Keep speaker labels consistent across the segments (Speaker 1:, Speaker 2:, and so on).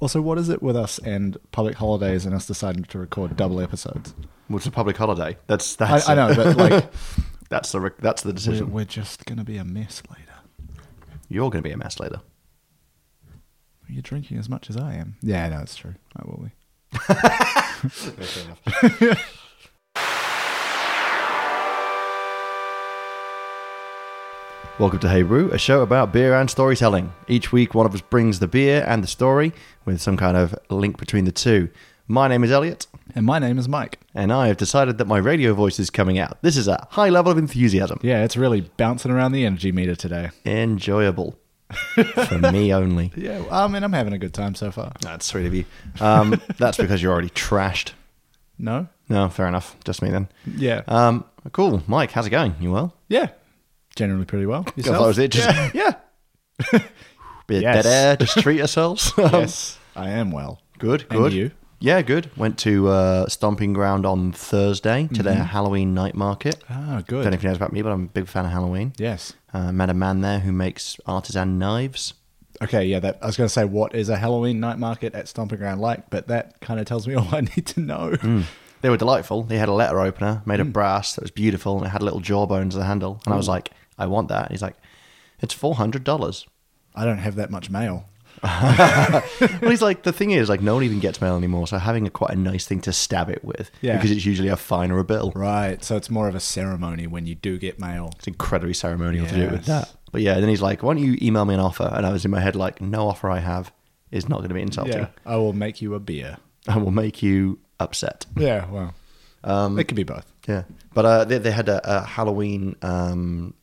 Speaker 1: Also, what is it with us and public holidays and us deciding to record double episodes?
Speaker 2: Well, it's a public holiday. That's
Speaker 1: I,
Speaker 2: that's
Speaker 1: I know,
Speaker 2: it.
Speaker 1: but like,
Speaker 2: that's the re- that's the
Speaker 1: we're,
Speaker 2: decision.
Speaker 1: we're just going to be a mess later.
Speaker 2: You're going to be a mess later.
Speaker 1: You're drinking as much as I am. Yeah, no, it's true. I will be.
Speaker 2: Welcome to Hey Brew, a show about beer and storytelling. Each week, one of us brings the beer and the story with some kind of link between the two. My name is Elliot,
Speaker 1: And my name is Mike.
Speaker 2: and I have decided that my radio voice is coming out. This is a high level of enthusiasm.
Speaker 1: Yeah, it's really bouncing around the energy meter today.
Speaker 2: Enjoyable. For me only.
Speaker 1: Yeah, I mean, I'm having a good time so far.
Speaker 2: That's sweet of you. Um, that's because you're already trashed.
Speaker 1: No?
Speaker 2: No, fair enough. Just me then.
Speaker 1: Yeah.
Speaker 2: Um, cool. Mike, how's it going? You well?
Speaker 1: yeah. Generally pretty well.
Speaker 2: I thought it was it. Just,
Speaker 1: Yeah. yeah.
Speaker 2: bit
Speaker 1: Yes.
Speaker 2: dead air. Just treat yourselves.
Speaker 1: yes, Um, I am well.
Speaker 2: Good,
Speaker 1: And
Speaker 2: good.
Speaker 1: you?
Speaker 2: Yeah, good. Went to uh, Stomping Ground on Thursday to their Halloween night market.
Speaker 1: Ah, Mm-hmm. good.
Speaker 2: Don't know if you know about me, but I'm a big fan of Halloween.
Speaker 1: Yes.
Speaker 2: Uh, met a man there who makes artisan knives.
Speaker 1: Okay, yeah, that I was going to say what is a Halloween night market at Stomping Ground like, but that kind of tells me all I need to know.
Speaker 2: They were delightful. They had a letter opener made
Speaker 1: Mm.
Speaker 2: of brass that was beautiful and it had little jawbones as a handle. And I was like, I want that. And he's like, it's $400.
Speaker 1: I don't have that much mail.
Speaker 2: well, he's like, the thing is, like, no one even gets mail anymore. So having a quite a nice thing to stab it with
Speaker 1: Yeah.
Speaker 2: because it's usually a fine or a bill.
Speaker 1: Right, so it's more of a ceremony when you do get mail.
Speaker 2: It's incredibly ceremonial to do it with
Speaker 1: Yes.
Speaker 2: that. But yeah, then he's like, "Why don't you email me an offer?" And I was in my head like, "No offer I have is not going to be insulting.
Speaker 1: Yeah, I will make you a beer.
Speaker 2: I will make you upset."
Speaker 1: Yeah, well, um, it could be both.
Speaker 2: Yeah, but uh, they, they had a, a Halloween, um,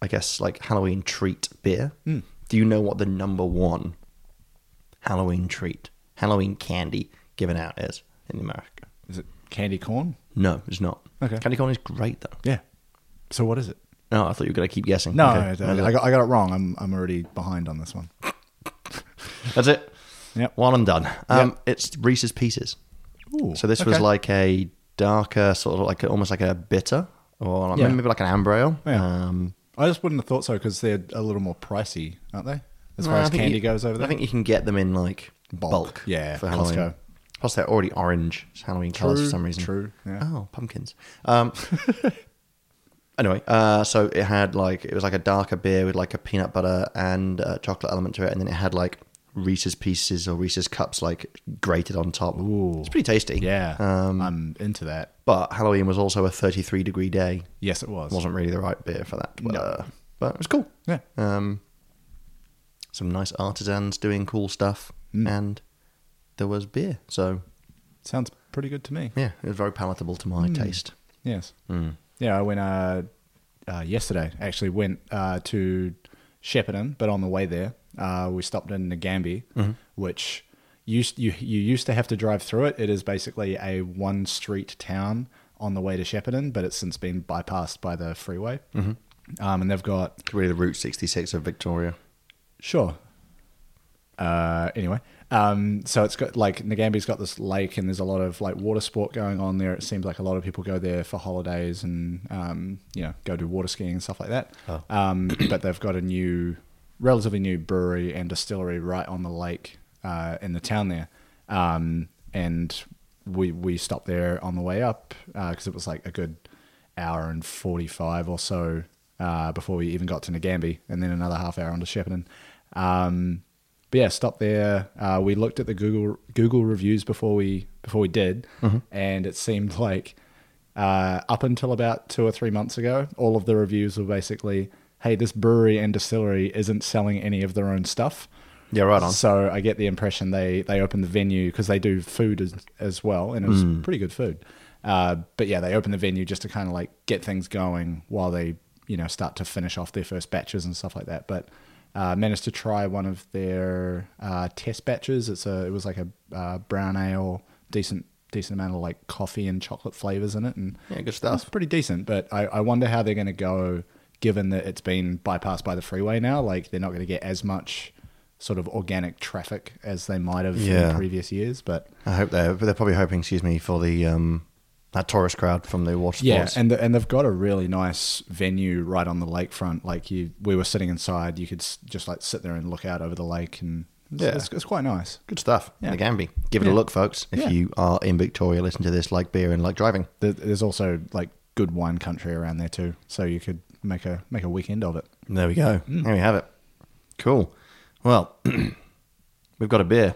Speaker 2: I guess, like Halloween treat beer.
Speaker 1: Hmm.
Speaker 2: Do you know what the number one Halloween treat, Halloween candy given out is in America?
Speaker 1: Is it candy corn?
Speaker 2: No, it's not.
Speaker 1: Okay.
Speaker 2: candy corn is great though.
Speaker 1: Yeah. So what is it?
Speaker 2: No, I thought you were going to keep guessing.
Speaker 1: No,
Speaker 2: Okay.
Speaker 1: I, I, I got, I got it wrong. I'm I'm already behind on this one.
Speaker 2: that's it.
Speaker 1: Yep.
Speaker 2: One and done. Um, It's Reese's Pieces.
Speaker 1: Ooh,
Speaker 2: So this was
Speaker 1: okay.
Speaker 2: like a darker sort of like almost like a bitter or like
Speaker 1: Yeah.
Speaker 2: maybe like an amber ale.
Speaker 1: Yeah.
Speaker 2: Um,
Speaker 1: I just wouldn't have thought so because they're a little more pricey, aren't they? As far
Speaker 2: I
Speaker 1: as
Speaker 2: think
Speaker 1: candy
Speaker 2: you-
Speaker 1: goes over there.
Speaker 2: I think you can get them in like bulk.
Speaker 1: Yeah,
Speaker 2: for Halloween.
Speaker 1: Costco.
Speaker 2: Plus they're already orange. It's Halloween colors for
Speaker 1: True,
Speaker 2: some reason.
Speaker 1: true, yeah.
Speaker 2: Oh, pumpkins. Um, anyway, uh, so it had like it was like a darker beer with like a peanut butter and uh, chocolate element to it, and then it had like Reese's pieces or Reese's cups like grated on top.
Speaker 1: Ooh.
Speaker 2: It's pretty tasty.
Speaker 1: yeah,
Speaker 2: Um,
Speaker 1: I'm into that.
Speaker 2: but Halloween was also a 33 degree day.
Speaker 1: Yes, it was.
Speaker 2: wasn't really the right beer for that. But,
Speaker 1: No.
Speaker 2: uh, but it was cool.
Speaker 1: Yeah.
Speaker 2: Um, some nice artisans doing cool stuff, and there was beer. So
Speaker 1: Sounds pretty good to me.
Speaker 2: yeah, it was very palatable to my taste.
Speaker 1: Yes. Yeah, I went uh, uh, yesterday. Actually, went uh, to Shepparton, but on the way there, uh, we stopped in Nagambi, which used you you used to have to drive through it. It is basically a one street town on the way to Shepparton, but it's since been bypassed by the freeway. Um, and they've got
Speaker 2: It's really the Route 66 of Victoria.
Speaker 1: Sure. Uh, anyway, um, so it's got like Nagambi's got this lake, and there's a lot of like water sport going on there. It seems like a lot of people go there for holidays and um, you know go do water skiing and stuff like that.
Speaker 2: Oh.
Speaker 1: Um, but they've got a new, relatively new brewery and distillery right on the lake uh, in the town there, um, and we we stopped there on the way up because it was like a good hour and 45 or so uh, before we even got to Nagambi, and then another half hour onto Shepparton. Um, but yeah, stopped there. Uh, we looked at the Google Google reviews before we before we did, and it seemed like uh, up until about two or three months ago, all of the reviews were basically, "Hey, this brewery and distillery isn't selling any of their own stuff."
Speaker 2: Yeah, right on.
Speaker 1: So I get the impression they they opened the venue because they do food as, as well, and it was
Speaker 2: Mm.
Speaker 1: pretty good food. Uh, but yeah, they opened the venue just to kind of like get things going while they you know start to finish off their first batches and stuff like that. But uh, managed to try one of their uh, test batches. It's a it was like a uh, brown ale, decent decent amount of like coffee and chocolate flavors in it, and
Speaker 2: Yeah, good
Speaker 1: it was
Speaker 2: stuff.
Speaker 1: pretty decent. But I, I wonder how they're going to go given that it's been bypassed by the freeway now. Like they're not going to get as much sort of organic traffic as they might have in
Speaker 2: Yeah.
Speaker 1: previous years. But
Speaker 2: I hope they're they're probably hoping, excuse me, for the um, that tourist crowd from the water sports.
Speaker 1: yeah, and the, and they've got a really nice venue right on the lakefront. Like you, we were sitting inside, you could s- just like sit there and look out over the lake, and it It's,
Speaker 2: Yeah.
Speaker 1: it's, it's quite nice.
Speaker 2: Good stuff.
Speaker 1: Yeah.
Speaker 2: The Gambi. Give it
Speaker 1: Yeah.
Speaker 2: a look, folks. If
Speaker 1: Yeah.
Speaker 2: you are in Victoria, listen to this like beer and like driving.
Speaker 1: There- There's also like good wine country around there too, so you could make a make a weekend of it.
Speaker 2: There we go. There we have it. Cool. Well, we've got a beer.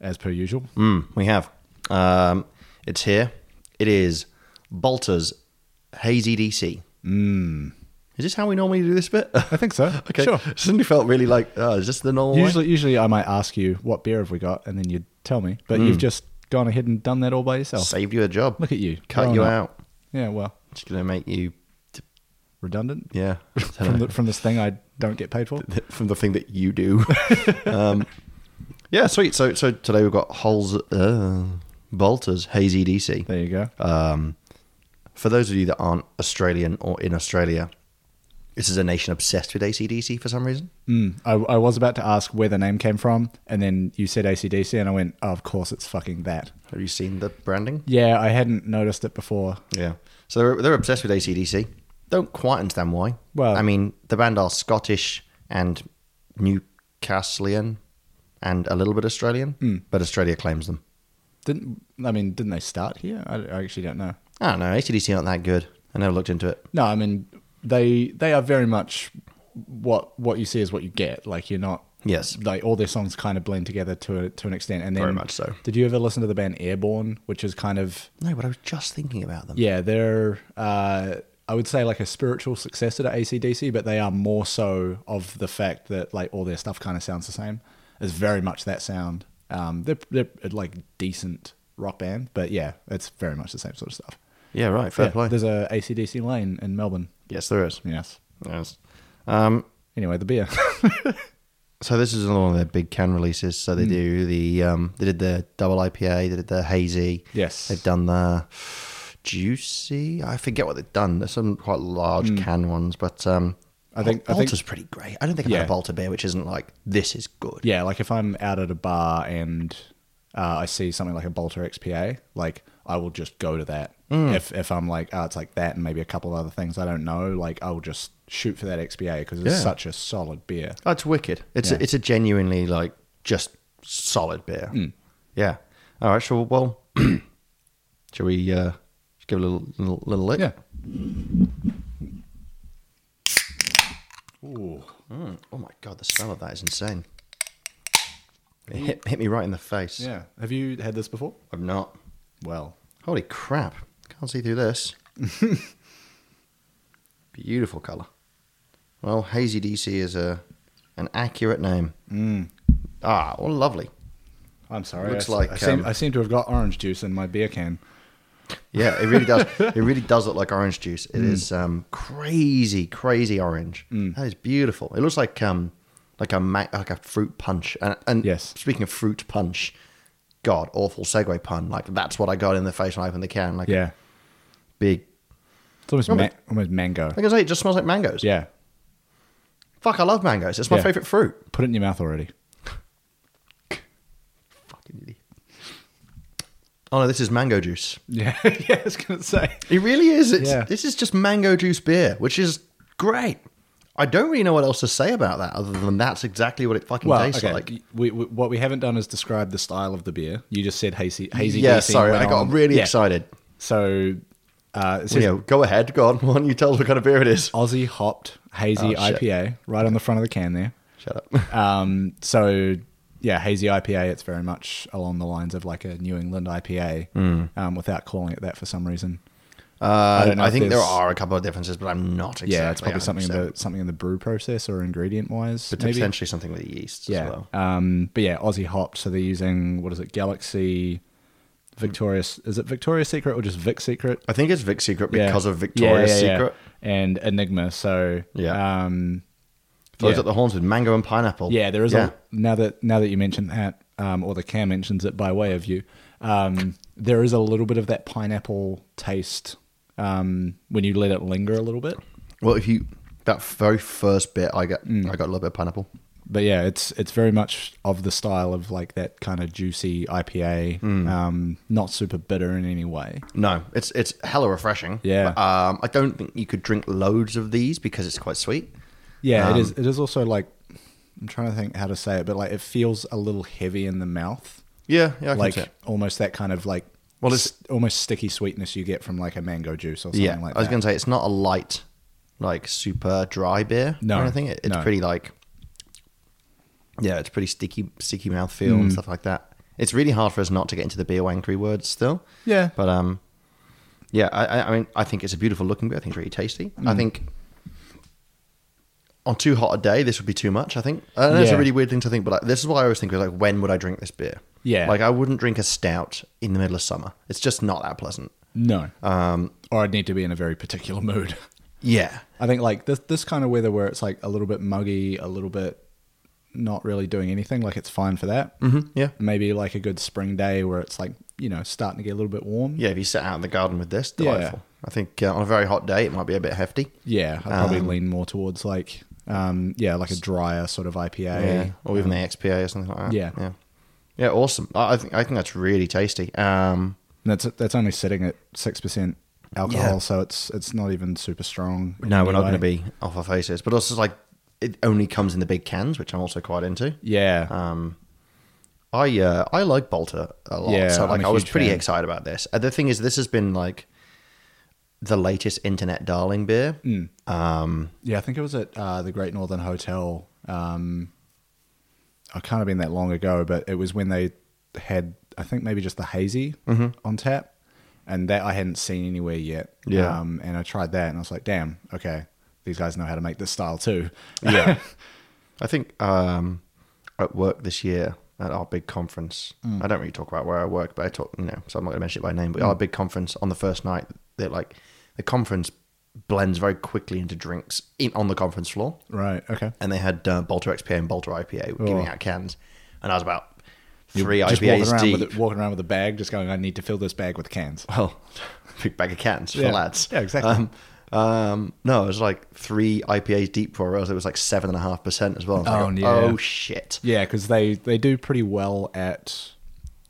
Speaker 1: As per usual,
Speaker 2: Mm, we have. Um, it's here. It is Balter's Hazy DC. Mm. Is this how we normally do this bit?
Speaker 1: I think so.
Speaker 2: okay.
Speaker 1: Sure.
Speaker 2: Suddenly felt really like, oh, is this the normal way?
Speaker 1: Usually, usually I might ask you what beer have we got, and then you'd tell me.
Speaker 2: Hmm.
Speaker 1: But you've just gone ahead and done that all by yourself.
Speaker 2: Saved you a job.
Speaker 1: Look at you,
Speaker 2: Cut
Speaker 1: growing
Speaker 2: you
Speaker 1: up.
Speaker 2: out.
Speaker 1: Yeah, well,
Speaker 2: It's going to make you,
Speaker 1: redundant
Speaker 2: yeah. I don't
Speaker 1: from
Speaker 2: know.
Speaker 1: the, from this thing I don't get paid for.
Speaker 2: from the thing that you do. um, yeah, sweet. So so today we've got Holes uh, Bolter's Hazy DC.
Speaker 1: There you go.
Speaker 2: Um, for those of you that aren't Australian or in Australia, this is a nation obsessed with ACDC for some reason.
Speaker 1: Mm, I, I was about to ask where the name came from, and then you said ACDC, and I went, oh, of course, it's fucking that.
Speaker 2: Have you seen the branding?
Speaker 1: Yeah, I hadn't noticed it before.
Speaker 2: Yeah. So they're, they're obsessed with ACDC. Don't quite understand why.
Speaker 1: Well-
Speaker 2: I mean, the band are Scottish and Newcastleian and a little bit Australian,
Speaker 1: Hmm.
Speaker 2: but Australia claims them.
Speaker 1: Didn't I mean? Didn't they start here? I, I actually don't know.
Speaker 2: I don't know. ACDC aren't that good. I never looked into it.
Speaker 1: No, I mean they they are very much what what you see is what you get. Like you're not
Speaker 2: Yes.
Speaker 1: like all their songs kind of blend together to a, to an extent. And then
Speaker 2: Very much so.
Speaker 1: Did you ever listen to the band Airborne, which is kind of
Speaker 2: No, but I was just thinking about them.
Speaker 1: yeah, they're uh, I would say like a spiritual successor to ACDC, but they are more so of the fact that like all their stuff kind of sounds the same. It's very much that sound. Um, they're they're a, like decent rock band, but yeah, it's very much the same sort of stuff.
Speaker 2: Yeah, right. Fair
Speaker 1: Yeah,
Speaker 2: play.
Speaker 1: There's a ACDC lane in Melbourne.
Speaker 2: Yes, there is.
Speaker 1: Yes.
Speaker 2: Yes. Um,
Speaker 1: Anyway, the beer.
Speaker 2: so this is another one of their big can releases. So
Speaker 1: Hmm.
Speaker 2: they do the um, they did the double IPA, they did the hazy.
Speaker 1: Yes.
Speaker 2: They've done the juicy. I forget what they've done. There's some quite large can ones, but um,
Speaker 1: Hmm. I think- I
Speaker 2: Bal-
Speaker 1: think-
Speaker 2: Balter's pretty great. I don't think I've had
Speaker 1: Yeah.
Speaker 2: a Balter beer which isn't like this is good.
Speaker 1: yeah, like if I'm out at a bar and uh, I see something like a Bolter XPA, like I will just go to that.
Speaker 2: Mm.
Speaker 1: If if I'm like, oh, it's like that, and maybe a couple of other things I don't know, like I'll just shoot for that XPA because it's
Speaker 2: Yeah.
Speaker 1: such a solid beer.
Speaker 2: Oh, it's wicked. It's
Speaker 1: Yeah.
Speaker 2: a, it's a genuinely like just solid beer.
Speaker 1: Hmm.
Speaker 2: Yeah. All right. Sure. Well, shall we uh, give it a little little, little lick?
Speaker 1: Yeah. Ooh.
Speaker 2: Mm. Oh my god, the smell of that is insane. It hit hit me right in the face.
Speaker 1: Yeah. Have you had this before?
Speaker 2: I'm not.
Speaker 1: Well,
Speaker 2: Holy crap! Can't see through this. Beautiful color. Well, Hazy DC is a an accurate name. Ah, well, lovely.
Speaker 1: I'm sorry.
Speaker 2: Looks
Speaker 1: I,
Speaker 2: like,
Speaker 1: I, seem,
Speaker 2: um,
Speaker 1: I seem to have got orange juice in my beer can.
Speaker 2: Yeah, it really does. it really does look like orange juice. It is
Speaker 1: Mm.
Speaker 2: um, crazy, crazy orange. That is beautiful. It looks like um, like a ma- like a fruit punch. And, and
Speaker 1: Yes.
Speaker 2: speaking of fruit punch, God, awful segue pun. Like that's what I got in the face when I opened the can. Like
Speaker 1: Yeah.
Speaker 2: big.
Speaker 1: It's almost ma- almost mango.
Speaker 2: Like I say, it just smells like mangoes.
Speaker 1: Yeah.
Speaker 2: Fuck, I love mangoes. It's my
Speaker 1: Yeah.
Speaker 2: favorite fruit.
Speaker 1: Put it in your mouth already.
Speaker 2: Fucking idiot. Oh no, this is mango juice.
Speaker 1: Yeah. yeah. I was gonna say.
Speaker 2: It really is. It's,
Speaker 1: Yeah.
Speaker 2: This is just mango juice beer, which is great. I don't really know what else to say about that other than that's exactly what it fucking
Speaker 1: Well,
Speaker 2: tastes
Speaker 1: okay.
Speaker 2: like.
Speaker 1: we, we, what we haven't done is describe the style of the beer. You just said hazy, hazy.
Speaker 2: yeah,
Speaker 1: DC
Speaker 2: sorry,
Speaker 1: went
Speaker 2: I got
Speaker 1: on.
Speaker 2: really
Speaker 1: Yeah.
Speaker 2: excited.
Speaker 1: So, uh, it
Speaker 2: You
Speaker 1: says
Speaker 2: know, go ahead, go on. Why don't you tell us what kind of beer it is?
Speaker 1: Aussie hopped hazy
Speaker 2: Oh, shit.
Speaker 1: IPA right on the front of the can there.
Speaker 2: Shut up.
Speaker 1: Um, so yeah, hazy IPA. It's very much along the lines of like a New England IPA, um, without calling it that for some reason.
Speaker 2: Hmm. Uh,
Speaker 1: don't know
Speaker 2: I,
Speaker 1: if
Speaker 2: think there
Speaker 1: there's-
Speaker 2: are a couple of differences, but I'm not exactly.
Speaker 1: Yeah, it's probably something
Speaker 2: 100%.
Speaker 1: about something in the brew process or ingredient wise.
Speaker 2: But
Speaker 1: Maybe
Speaker 2: potentially something with yeast
Speaker 1: yeah.
Speaker 2: as well.
Speaker 1: Um, but yeah, Aussie hopped. So they're using what is it? Galaxy, Victoria's. Is it Victoria's Secret or just Vic Secret?
Speaker 2: I think it's Vic's Secret
Speaker 1: Yeah.
Speaker 2: because of Victoria's
Speaker 1: Yeah, yeah, yeah.
Speaker 2: Secret.
Speaker 1: and Enigma. So
Speaker 2: Yeah.
Speaker 1: um,
Speaker 2: Those
Speaker 1: Yeah.
Speaker 2: at the horns with mango and pineapple.
Speaker 1: yeah, there is
Speaker 2: Yeah.
Speaker 1: a now that now that you mention that, um, or the Cam mentions it by way of you. Um, there is a little bit of that pineapple taste um, when you let it linger a little bit.
Speaker 2: Well, if you that very first bit, I got
Speaker 1: Mm.
Speaker 2: I got a little bit of pineapple.
Speaker 1: But yeah, it's it's very much of the style of like that kind of juicy IPA,
Speaker 2: Hmm.
Speaker 1: um, not super bitter in any way.
Speaker 2: No, it's it's hella refreshing.
Speaker 1: Yeah.
Speaker 2: But, um, I don't think you could drink loads of these because it's quite sweet.
Speaker 1: Yeah,
Speaker 2: Um,
Speaker 1: it is. It is also like I'm trying to think how to say it, but like it feels a little heavy in the mouth,
Speaker 2: Yeah, yeah, I can
Speaker 1: like
Speaker 2: see it.
Speaker 1: almost that kind of like
Speaker 2: Well, it's-
Speaker 1: s- almost sticky sweetness you get from like a mango juice or something
Speaker 2: Yeah,
Speaker 1: like
Speaker 2: I was
Speaker 1: that.
Speaker 2: gonna say it's not a light, like super dry beer
Speaker 1: No,
Speaker 2: or anything. It- it's
Speaker 1: no.
Speaker 2: pretty like, yeah, it's pretty sticky, sticky mouth feel
Speaker 1: Mm.
Speaker 2: and stuff like that. It's really hard for us not to get into the beer wankery words still.
Speaker 1: Yeah.
Speaker 2: but um, yeah, I, I- I mean, I think it's a beautiful looking beer. I think it's really tasty.
Speaker 1: Mm.
Speaker 2: I think on too hot a day, this would be too much. I think I know it's a
Speaker 1: Yeah.
Speaker 2: really weird thing to think, but like, this is what I always think: is like, when would I drink this beer?
Speaker 1: Yeah.
Speaker 2: like I wouldn't drink a stout in the middle of summer. It's just not that pleasant.
Speaker 1: no, um, or I'd need to be in a very particular mood.
Speaker 2: Yeah,
Speaker 1: I think like this this kind of weather where it's like a little bit muggy, a little bit not really doing anything, like it's fine for that.
Speaker 2: Mhm, yeah.
Speaker 1: Maybe like a good spring day where it's like you know starting to get a little bit warm.
Speaker 2: Yeah, if you sit out in the garden with this,
Speaker 1: Yeah.
Speaker 2: delightful. I think uh, on a very hot day, it might be a bit hefty.
Speaker 1: Yeah, I'd probably
Speaker 2: Um,
Speaker 1: lean more towards like um, yeah, like a drier sort of IPA.
Speaker 2: Yeah, or
Speaker 1: Um,
Speaker 2: even the XPA or something like that.
Speaker 1: Yeah.
Speaker 2: yeah, yeah. Awesome. I, I think I think that's really tasty. Um,
Speaker 1: And that's that's only sitting at six percent alcohol,
Speaker 2: Yeah.
Speaker 1: so it's it's not even super strong. in
Speaker 2: no,
Speaker 1: any
Speaker 2: we're not
Speaker 1: way.
Speaker 2: going to be off our faces, but also like it only comes in the big cans, which I'm also quite into.
Speaker 1: Yeah,
Speaker 2: Um, I uh, I like Bolter a lot,
Speaker 1: Yeah,
Speaker 2: so like
Speaker 1: I'm
Speaker 2: I
Speaker 1: a
Speaker 2: was
Speaker 1: huge
Speaker 2: pretty
Speaker 1: fan.
Speaker 2: excited about this. Uh, the thing is, this has been like the latest internet darling beer.
Speaker 1: Mm.
Speaker 2: Um,
Speaker 1: yeah. I think it was at uh, the Great Northern Hotel. Um, I can't have been that long ago, but it was when they had I think maybe just the hazy
Speaker 2: Mm-hmm.
Speaker 1: on tap, and that I hadn't seen anywhere yet.
Speaker 2: Yeah.
Speaker 1: um, and I tried that, and I was like, damn, okay, these guys know how to make this style too.
Speaker 2: Yeah. I think um, at work this year at our big conference,
Speaker 1: Mm.
Speaker 2: I don't really talk about where I work, but I talk, you know, so I'm not going to mention it by name, but our big conference on the first night, that like the conference blends very quickly into drinks in, on the conference floor.
Speaker 1: right. Okay.
Speaker 2: And they had uh, Bolter XPA and Bolter IPA were giving
Speaker 1: Oh.
Speaker 2: out cans. And I was about three
Speaker 1: just walking
Speaker 2: IPAs
Speaker 1: around,
Speaker 2: deep.
Speaker 1: with a, walking around with a bag, just going, I need to fill this bag with cans.
Speaker 2: well, big bag of cans for
Speaker 1: Yeah.
Speaker 2: lads.
Speaker 1: Yeah, exactly.
Speaker 2: Um, um, no, it was like three IPAs deep for us. It was like seven and a half percent as well. I was
Speaker 1: Oh,
Speaker 2: like,
Speaker 1: yeah.
Speaker 2: oh shit.
Speaker 1: Yeah, because they they do pretty well at,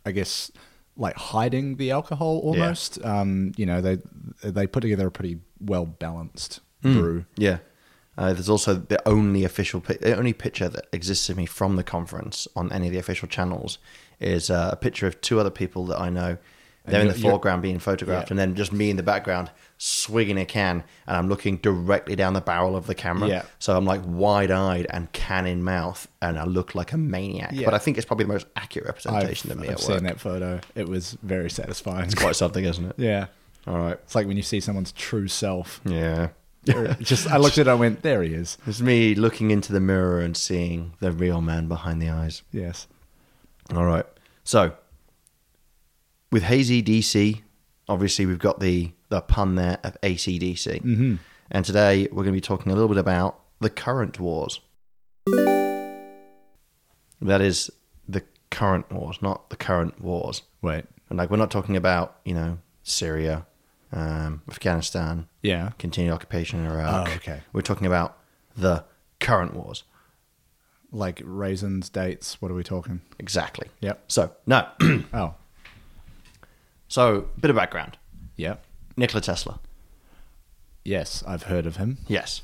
Speaker 1: I guess, like hiding the alcohol almost. Um, you know, they they put together a pretty well balanced
Speaker 2: Hmm.
Speaker 1: brew.
Speaker 2: Yeah. Uh, there's also the only official, pi- the only picture that exists of me from the conference on any of the official channels is uh, a picture of two other people that I know. They're in
Speaker 1: you're-
Speaker 2: the
Speaker 1: you're-
Speaker 2: foreground being photographed,
Speaker 1: Yeah.
Speaker 2: and then just me in the background swigging a can, and I'm looking directly down the barrel of the camera.
Speaker 1: Yeah.
Speaker 2: So I'm like wide eyed and can in mouth, and I look like a maniac.
Speaker 1: Yeah.
Speaker 2: But I think it's probably the most accurate
Speaker 1: I've,
Speaker 2: representation of me
Speaker 1: I've
Speaker 2: at
Speaker 1: seen
Speaker 2: work.
Speaker 1: that photo. It was very satisfying.
Speaker 2: It's quite something, isn't it?
Speaker 1: yeah,
Speaker 2: All right.
Speaker 1: it's like when you see someone's true self.
Speaker 2: Yeah.
Speaker 1: Or just I looked at it, I went, there he is.
Speaker 2: It's me looking into the mirror and seeing the real man behind the eyes.
Speaker 1: Yes.
Speaker 2: All right. So with Hazy DC, obviously we've got the the pun there of ACDC. Mm-hmm. And today we're going to be talking a little bit about the current wars. That is the current wars, not the current wars.
Speaker 1: Wait.
Speaker 2: And like we're not talking about, you know, Syria, um, Afghanistan,
Speaker 1: Yeah.
Speaker 2: continued occupation in Iraq.
Speaker 1: Oh, okay.
Speaker 2: We're talking about the current wars.
Speaker 1: Like raisins, dates. What are we talking?
Speaker 2: Exactly.
Speaker 1: Yep.
Speaker 2: So, no.
Speaker 1: Oh.
Speaker 2: so, bit of background.
Speaker 1: Yep.
Speaker 2: Nikola Tesla.
Speaker 1: Yes, I've heard of him.
Speaker 2: Yes.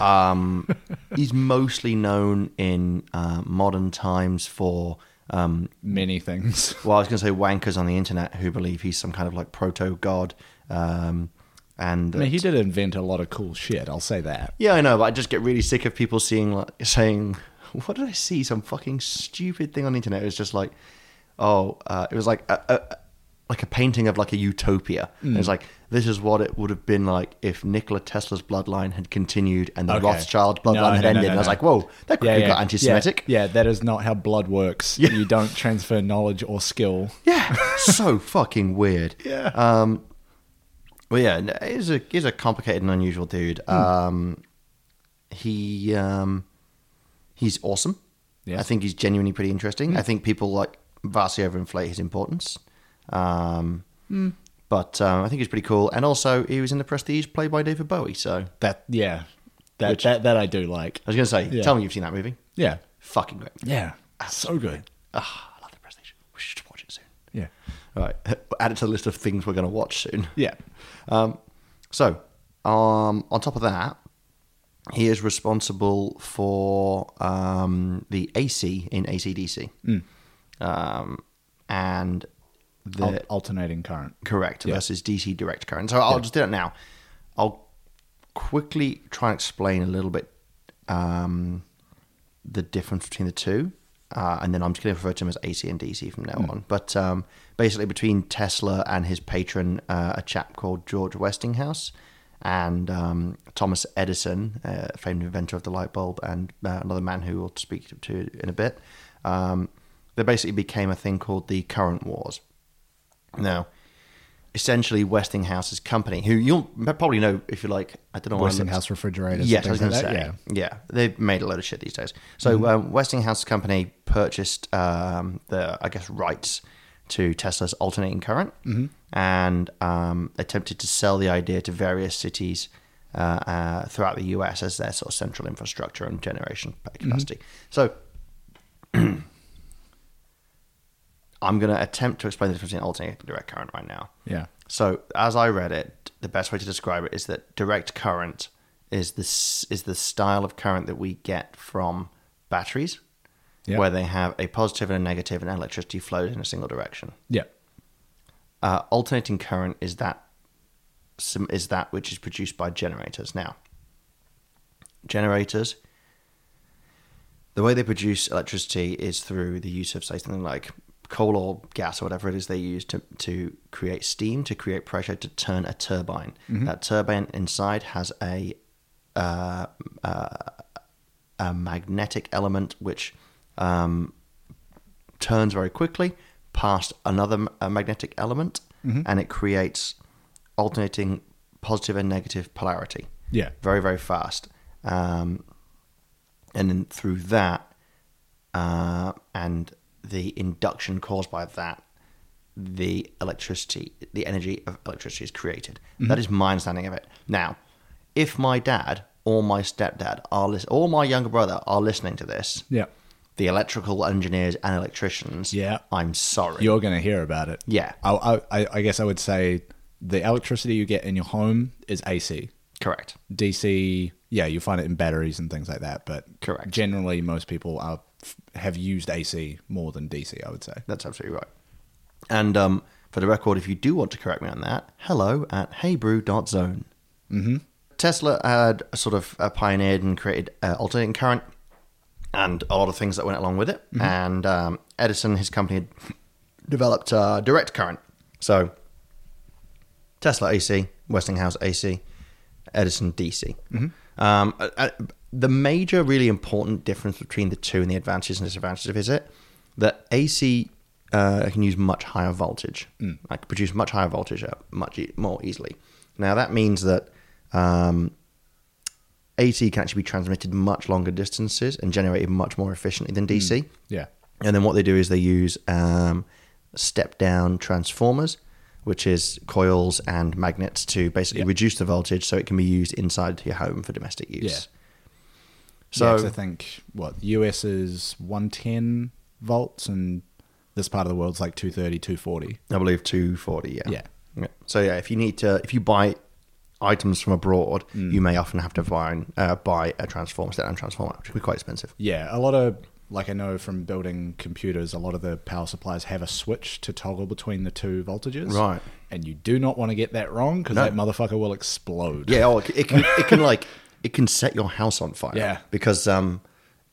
Speaker 2: Um, he's mostly known in uh, modern times for, um,
Speaker 1: Many things.
Speaker 2: well, I was going to say wankers on the internet who believe he's some kind of like proto god. Um, and
Speaker 1: I mean, he did invent a lot of cool shit. I'll say that.
Speaker 2: yeah, I know, but I just get really sick of people seeing like saying, "What did I see? Some fucking stupid thing on the internet." It was just like, oh, uh, it was like a, a like a painting of like a utopia. And
Speaker 1: Mm.
Speaker 2: It was like this is what it would have been like if Nikola Tesla's bloodline had continued and the
Speaker 1: Okay.
Speaker 2: Rothschild
Speaker 1: No,
Speaker 2: bloodline had
Speaker 1: no, no,
Speaker 2: ended.
Speaker 1: no,
Speaker 2: and I was
Speaker 1: no.
Speaker 2: like, whoa, that quickly got anti-Semitic.
Speaker 1: Yeah, yeah, that is not how blood works. You don't transfer knowledge or skill. Uh,
Speaker 2: Yeah, so fucking weird.
Speaker 1: Yeah.
Speaker 2: Um, well, yeah, no, he's a he's a complicated and unusual dude. Um, he um, he's awesome.
Speaker 1: Yes.
Speaker 2: I think he's genuinely pretty interesting. I think people like vastly overinflate his importance. Um, But um, I think he's pretty cool, and also he was in the Prestige, played by David Bowie. So I
Speaker 1: That yeah, that
Speaker 2: Which-
Speaker 1: that that I do like.
Speaker 2: was going to say,
Speaker 1: Yeah.
Speaker 2: tell me you've seen that movie.
Speaker 1: Yeah,
Speaker 2: Fucking great.
Speaker 1: yeah, so good.
Speaker 2: Ah, I love the Prestige. We should watch it soon.
Speaker 1: Yeah,
Speaker 2: All right, add it to the list of things we're going to watch soon.
Speaker 1: yeah,
Speaker 2: Um, so, um, on top of that, He is responsible for um, the AC in ACDC. Um, and the.
Speaker 1: Al- alternating current.
Speaker 2: Correct. Versus DC direct current. So I'll just do it now. I'll quickly try and explain a little bit um, the difference between the two. Uh, and then I'm just going to refer to him as AC and DC from now on. But um, basically, between Tesla and his patron, uh, a chap called George Westinghouse, and um, Thomas Edison, uh, famed inventor of the light bulb, and uh, another man who we'll speak to in a bit, um, there basically became a thing called the Current Wars. Now, essentially, Westinghouse's company, who you'll probably know if you like, I don't know. why I looked-
Speaker 1: Westinghouse refrigerators. and
Speaker 2: Yes, I was going
Speaker 1: things
Speaker 2: to
Speaker 1: like
Speaker 2: say.
Speaker 1: that, Mm-hmm.
Speaker 2: Yeah. they've made a load of shit these days. So um, Westinghouse company purchased um, the, I guess, rights to Tesla's alternating current,
Speaker 1: Mm-hmm.
Speaker 2: and um, attempted to sell the idea to various cities uh, uh, throughout the U.S. as their sort of central infrastructure and generation
Speaker 1: Mm-hmm.
Speaker 2: capacity. So I'm going to attempt to explain the difference between alternating and direct current right now.
Speaker 1: Yeah.
Speaker 2: So, as I read it, the best way to describe it is that direct current is the s- is the style of current that we get from batteries,
Speaker 1: Yeah.
Speaker 2: where they have a positive and a negative, and electricity flows in a single direction.
Speaker 1: Yeah.
Speaker 2: Uh, alternating current is that some, is that which is produced by generators. Now, generators, the way they produce electricity is through the use of say something like coal or gas or whatever it is they use to to create steam to create pressure to turn a turbine. That turbine inside has a uh, uh, a magnetic element which um, turns very quickly past another m- a magnetic element and it creates alternating positive and negative polarity
Speaker 1: Yeah.
Speaker 2: very very fast um, and then through that uh, and the induction caused by that the electricity the energy of electricity is created That is my understanding of it now if my dad or my stepdad are lis- or my younger brother are listening to this
Speaker 1: Yeah.
Speaker 2: the electrical engineers and electricians
Speaker 1: Yeah.
Speaker 2: i'm sorry
Speaker 1: You're going to hear about it.
Speaker 2: Yeah.
Speaker 1: I, I, I- I guess I would say the electricity you get in your home is AC.
Speaker 2: correct
Speaker 1: DC, yeah, you find it in batteries and things like that. But
Speaker 2: Correct.
Speaker 1: Generally, most people are have used AC more than DC. I would say.
Speaker 2: That's absolutely right. And um, for the record, if you do want to correct me on that, hello at heybrew.zone. Mm-hmm. Tesla had sort of uh, pioneered and created uh, alternating current and a lot of things that went along with it.
Speaker 1: Mm-hmm.
Speaker 2: And um, Edison, his company, had developed uh, direct current. So Tesla AC, Westinghouse AC, Edison DC. Um, uh, uh, the major, really important difference between the two and the advantages and disadvantages is it that AC uh, can use much higher voltage, like produce much higher voltage uh, much e- more easily. Now that means that um, AC can actually be transmitted much longer distances and generated much more efficiently than DC.
Speaker 1: Yeah.
Speaker 2: And then what they do is they use um, step down transformers, which is coils and magnets to basically reduce the voltage so it can be used inside your home for domestic use.
Speaker 1: Yeah.
Speaker 2: So,
Speaker 1: Yeah, 'cause I think what US is 110 volts, and this part of the world's like 230, 240.
Speaker 2: I believe 240, yeah.
Speaker 1: Yeah.
Speaker 2: So yeah, if you need to, if you buy items from abroad, you may often have to buy, uh, buy a transformer, step down transformer, which can be quite expensive.
Speaker 1: Yeah, a lot of like I know from building computers, a lot of the power supplies have a switch to toggle between the two voltages.
Speaker 2: Right.
Speaker 1: And you do not want to get that wrong because
Speaker 2: No.
Speaker 1: that motherfucker will explode.
Speaker 2: Yeah, oh, it, it can it can like it can set your house on fire.
Speaker 1: Yeah.
Speaker 2: because um,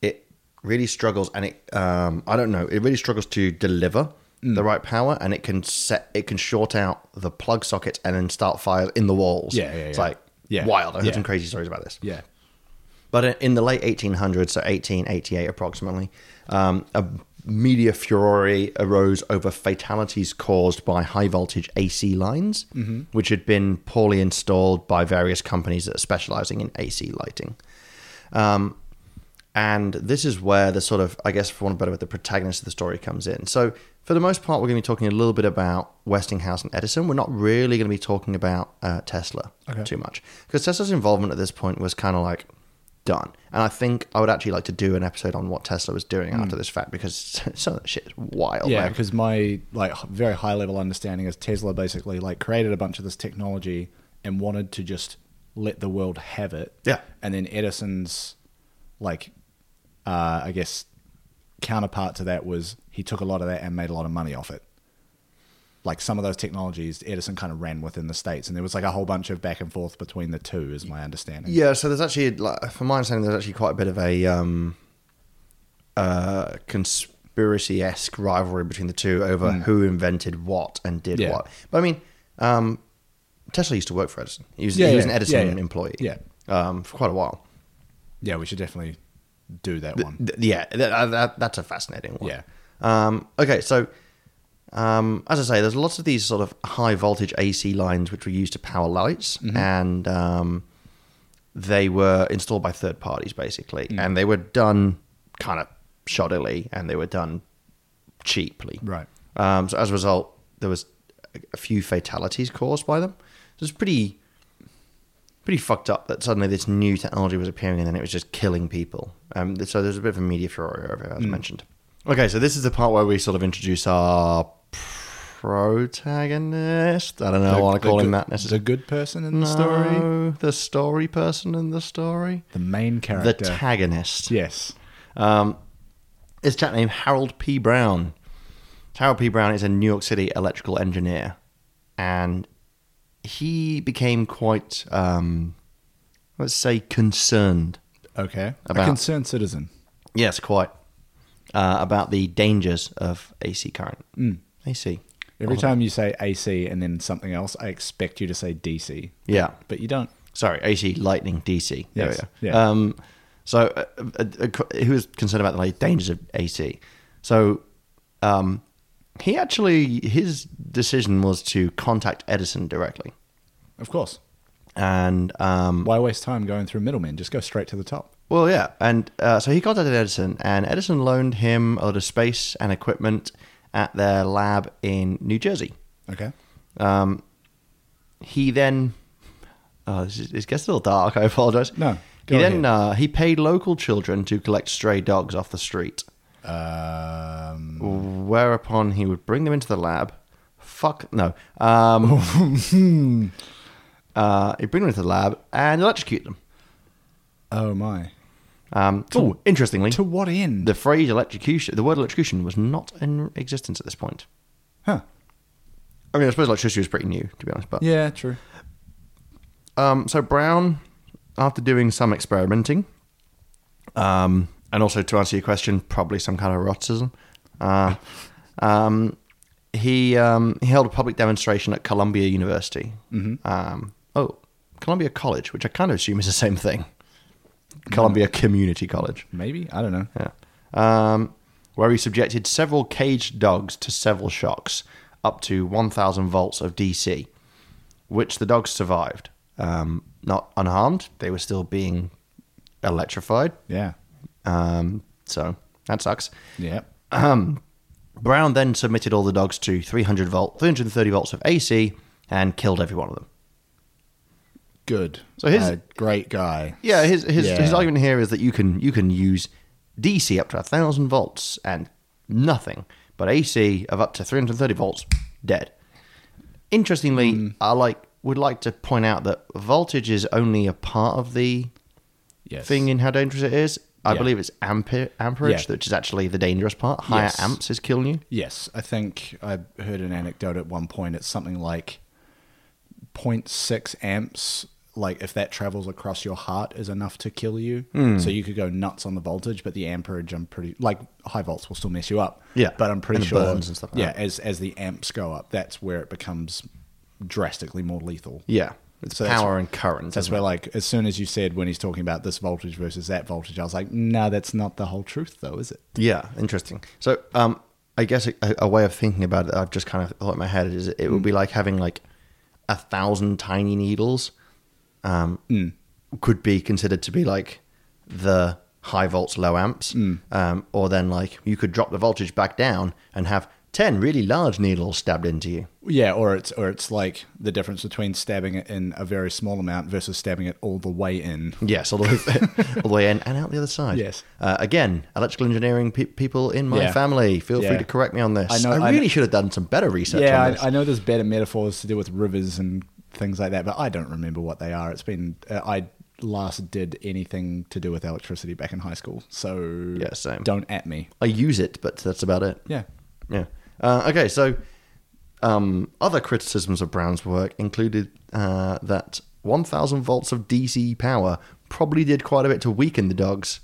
Speaker 2: it really struggles, and it um, I don't know, it really struggles to deliver
Speaker 1: Mm.
Speaker 2: the right power, and it can set it can short out the plug sockets and then start fires in the walls.
Speaker 1: Yeah, yeah,
Speaker 2: it's
Speaker 1: yeah.
Speaker 2: like
Speaker 1: Yeah.
Speaker 2: wild. I heard
Speaker 1: Yeah.
Speaker 2: some crazy stories about this.
Speaker 1: Yeah.
Speaker 2: But in- in the late 1800s, so 1888 approximately, um, a media furore arose over fatalities caused by high voltage AC lines, which had been poorly installed by various companies that are specializing in AC lighting. And this is where the sort of, I guess, for want of a better word, the protagonist of the story comes in. So, for the most part, we're going to be talking a little bit about Westinghouse and Edison. We're not really going to be talking about uh, Tesla
Speaker 1: Okay.
Speaker 2: too much because Tesla's involvement at this point was kind of like done. And I think I would actually like to do an episode on what Tesla was doing after this fact because some of that shit is wild.
Speaker 1: Hmm. Yeah,
Speaker 2: man.
Speaker 1: because my like h- very high level understanding is Tesla basically like created a bunch of this technology and wanted to just let the world have it.
Speaker 2: Yeah.
Speaker 1: And then Edison's, like, uh, I guess, counterpart to that was he took a lot of that and made a lot of money off it. Like some of those technologies, Edison kind of ran with in the states, and there was like a whole bunch of back and forth between the two, is my understanding.
Speaker 2: Yeah, so there's actually, like, from my understanding, there's actually quite a bit of a um, uh, conspiracy esque rivalry between the two over who invented what and did
Speaker 1: Hmm. Yeah.
Speaker 2: what. But I mean, um, Tesla used to work for Edison. He was,
Speaker 1: Yeah,
Speaker 2: he was
Speaker 1: yeah,
Speaker 2: an Edison
Speaker 1: yeah, yeah.
Speaker 2: employee
Speaker 1: Yeah.
Speaker 2: um, for quite a while.
Speaker 1: Yeah, we should definitely do that one.
Speaker 2: Th- yeah, that, uh, that, that's a fascinating one.
Speaker 1: Yeah.
Speaker 2: Um, okay, so um, as I say, there's lots of these sort of high voltage AC lines which were used to power lights, and um, they were installed by third parties basically, and they were done kind of shoddily, and they were done cheaply.
Speaker 1: Right.
Speaker 2: Um, so as a result, there was a- a few fatalities caused by them. So it's pretty, pretty fucked up that suddenly this new technology was appearing and then it was just killing people. Um, so there's a bit of a media furor over
Speaker 1: Hmm.
Speaker 2: it, as mentioned. Okay, so this is the part where we sort of introduce our protagonist. I don't know. I want to call him
Speaker 1: good,
Speaker 2: that necessarily.
Speaker 1: The good person in the story,
Speaker 2: the story person in the story,
Speaker 1: the main
Speaker 2: the
Speaker 1: character.
Speaker 2: tagonist.
Speaker 1: yes.
Speaker 2: Um, this chap named Harold P. Brown. Harold P. Brown is a New York City electrical engineer, and he became quite, um, let's say, concerned.
Speaker 1: Okay.
Speaker 2: About-
Speaker 1: A concerned citizen.
Speaker 2: Yes, quite uh, about the dangers of AC current. Mm. AC.
Speaker 1: Every time you say AC and then something else, I expect you to say DC,
Speaker 2: Yeah.
Speaker 1: but you don't.
Speaker 2: Sorry, AC Lightning DC. There
Speaker 1: Yes,
Speaker 2: we go.
Speaker 1: yeah.
Speaker 2: Um, so, uh, uh, uh, qu- who was concerned about the like, dangers of AC? So, um, he actually his decision was to contact Edison directly,
Speaker 1: Of course.
Speaker 2: and um,
Speaker 1: Why waste time going through middlemen? Just go straight to the top.
Speaker 2: well, yeah, and uh, so he contacted Edison, and Edison loaned him a lot of space and equipment at their lab in New Jersey.
Speaker 1: Okay.
Speaker 2: Um, he then, oh, this is, it gets a little dark. I apologize.
Speaker 1: No,
Speaker 2: He
Speaker 1: go
Speaker 2: then uh, he paid local children to collect stray dogs off the street,
Speaker 1: Um,
Speaker 2: whereupon he would bring them into the lab. Fuck no. Um, uh, he'd bring them into the lab and electrocute them.
Speaker 1: oh my.
Speaker 2: Um, oh, interestingly,
Speaker 1: To what end?
Speaker 2: the phrase electrocution, the word electrocution, was not in existence at this point.
Speaker 1: huh.
Speaker 2: I mean, I suppose electricity was pretty new, to be honest. But
Speaker 1: Yeah, true.
Speaker 2: Um, so Brown, after doing some experimenting, um, and also to answer your question, probably some kind of eroticism, uh, um, he um, he held a public demonstration at Columbia University. Um, oh, Columbia College, which I kind of assume is the same thing. Columbia Community College.
Speaker 1: Maybe. I don't know.
Speaker 2: Yeah. Um, where he subjected several caged dogs to several shocks, up to 1,000 volts of DC, which the dogs survived. Um, not unharmed, they were still being electrified.
Speaker 1: Yeah.
Speaker 2: Um, so that sucks.
Speaker 1: Yeah.
Speaker 2: Brown then submitted all the dogs to 300 volt, 330 volts of AC, and killed every one of them.
Speaker 1: Good.
Speaker 2: So his-
Speaker 1: Uh, great guy.
Speaker 2: Yeah, his his, his
Speaker 1: Yeah.
Speaker 2: argument here is that you can you can use DC up to thousand volts and nothing, but AC of up to three hundred thirty volts, dead. Interestingly,
Speaker 1: Hmm.
Speaker 2: I like would like to point out that voltage is only a part of the
Speaker 1: Yes.
Speaker 2: thing in how dangerous it is. I
Speaker 1: Yeah.
Speaker 2: believe it's ampere, amperage,
Speaker 1: Yeah.
Speaker 2: which is actually the dangerous part. Higher
Speaker 1: Yes.
Speaker 2: amps is killing you.
Speaker 1: Yes, I think I heard an anecdote at one point. It's something like 0.6 amps. Like if that travels across your heart is enough to kill you.
Speaker 2: Hmm.
Speaker 1: So you could go nuts on the voltage, but the amperage, I'm pretty like high volts will still mess you up.
Speaker 2: Yeah,
Speaker 1: but I'm pretty
Speaker 2: and the
Speaker 1: sure.
Speaker 2: burns and stuff like
Speaker 1: yeah,
Speaker 2: that.
Speaker 1: as as the amps go up, that's where it becomes drastically more lethal.
Speaker 2: Yeah, it's
Speaker 1: So that's-
Speaker 2: power and current.
Speaker 1: That's
Speaker 2: isn't
Speaker 1: where, like, as soon as you said when he's talking about this voltage versus that voltage, I was like, no, that's not the whole truth, though, is it?
Speaker 2: Yeah, interesting. So, um, I guess a, a way of thinking about it, I've just kind of thought in my head is it would be
Speaker 1: Mm.
Speaker 2: like having like a thousand tiny needles, um,
Speaker 1: Mm.
Speaker 2: could be considered to be like the high volts, low amps,
Speaker 1: Mm.
Speaker 2: um, or then like you could drop the voltage back down and have ten really large needles stabbed into you.
Speaker 1: Yeah, or it's or it's like the difference between stabbing it in a very small amount versus stabbing it all the way in.
Speaker 2: Yes, all the way, all the way in and out the other side.
Speaker 1: Yes.
Speaker 2: Uh, again, electrical engineering pe- people in my
Speaker 1: Yeah.
Speaker 2: family, feel free
Speaker 1: Yeah.
Speaker 2: to correct me on this. I,
Speaker 1: I know- I
Speaker 2: really
Speaker 1: know-
Speaker 2: should have done some better research on
Speaker 1: yeah,
Speaker 2: this.
Speaker 1: I, I know there's better metaphors to do with rivers and things like that, but I don't remember what they are. It's been uh, I last did anything to do with electricity back in high school, so
Speaker 2: Yeah, same.
Speaker 1: Don't at me.
Speaker 2: I use it, but that's about it.
Speaker 1: Yeah,
Speaker 2: Yeah. Uh, okay, so um, other criticisms of Brown's work included uh, that 1,000 volts of DC power probably did quite a bit to weaken the dogs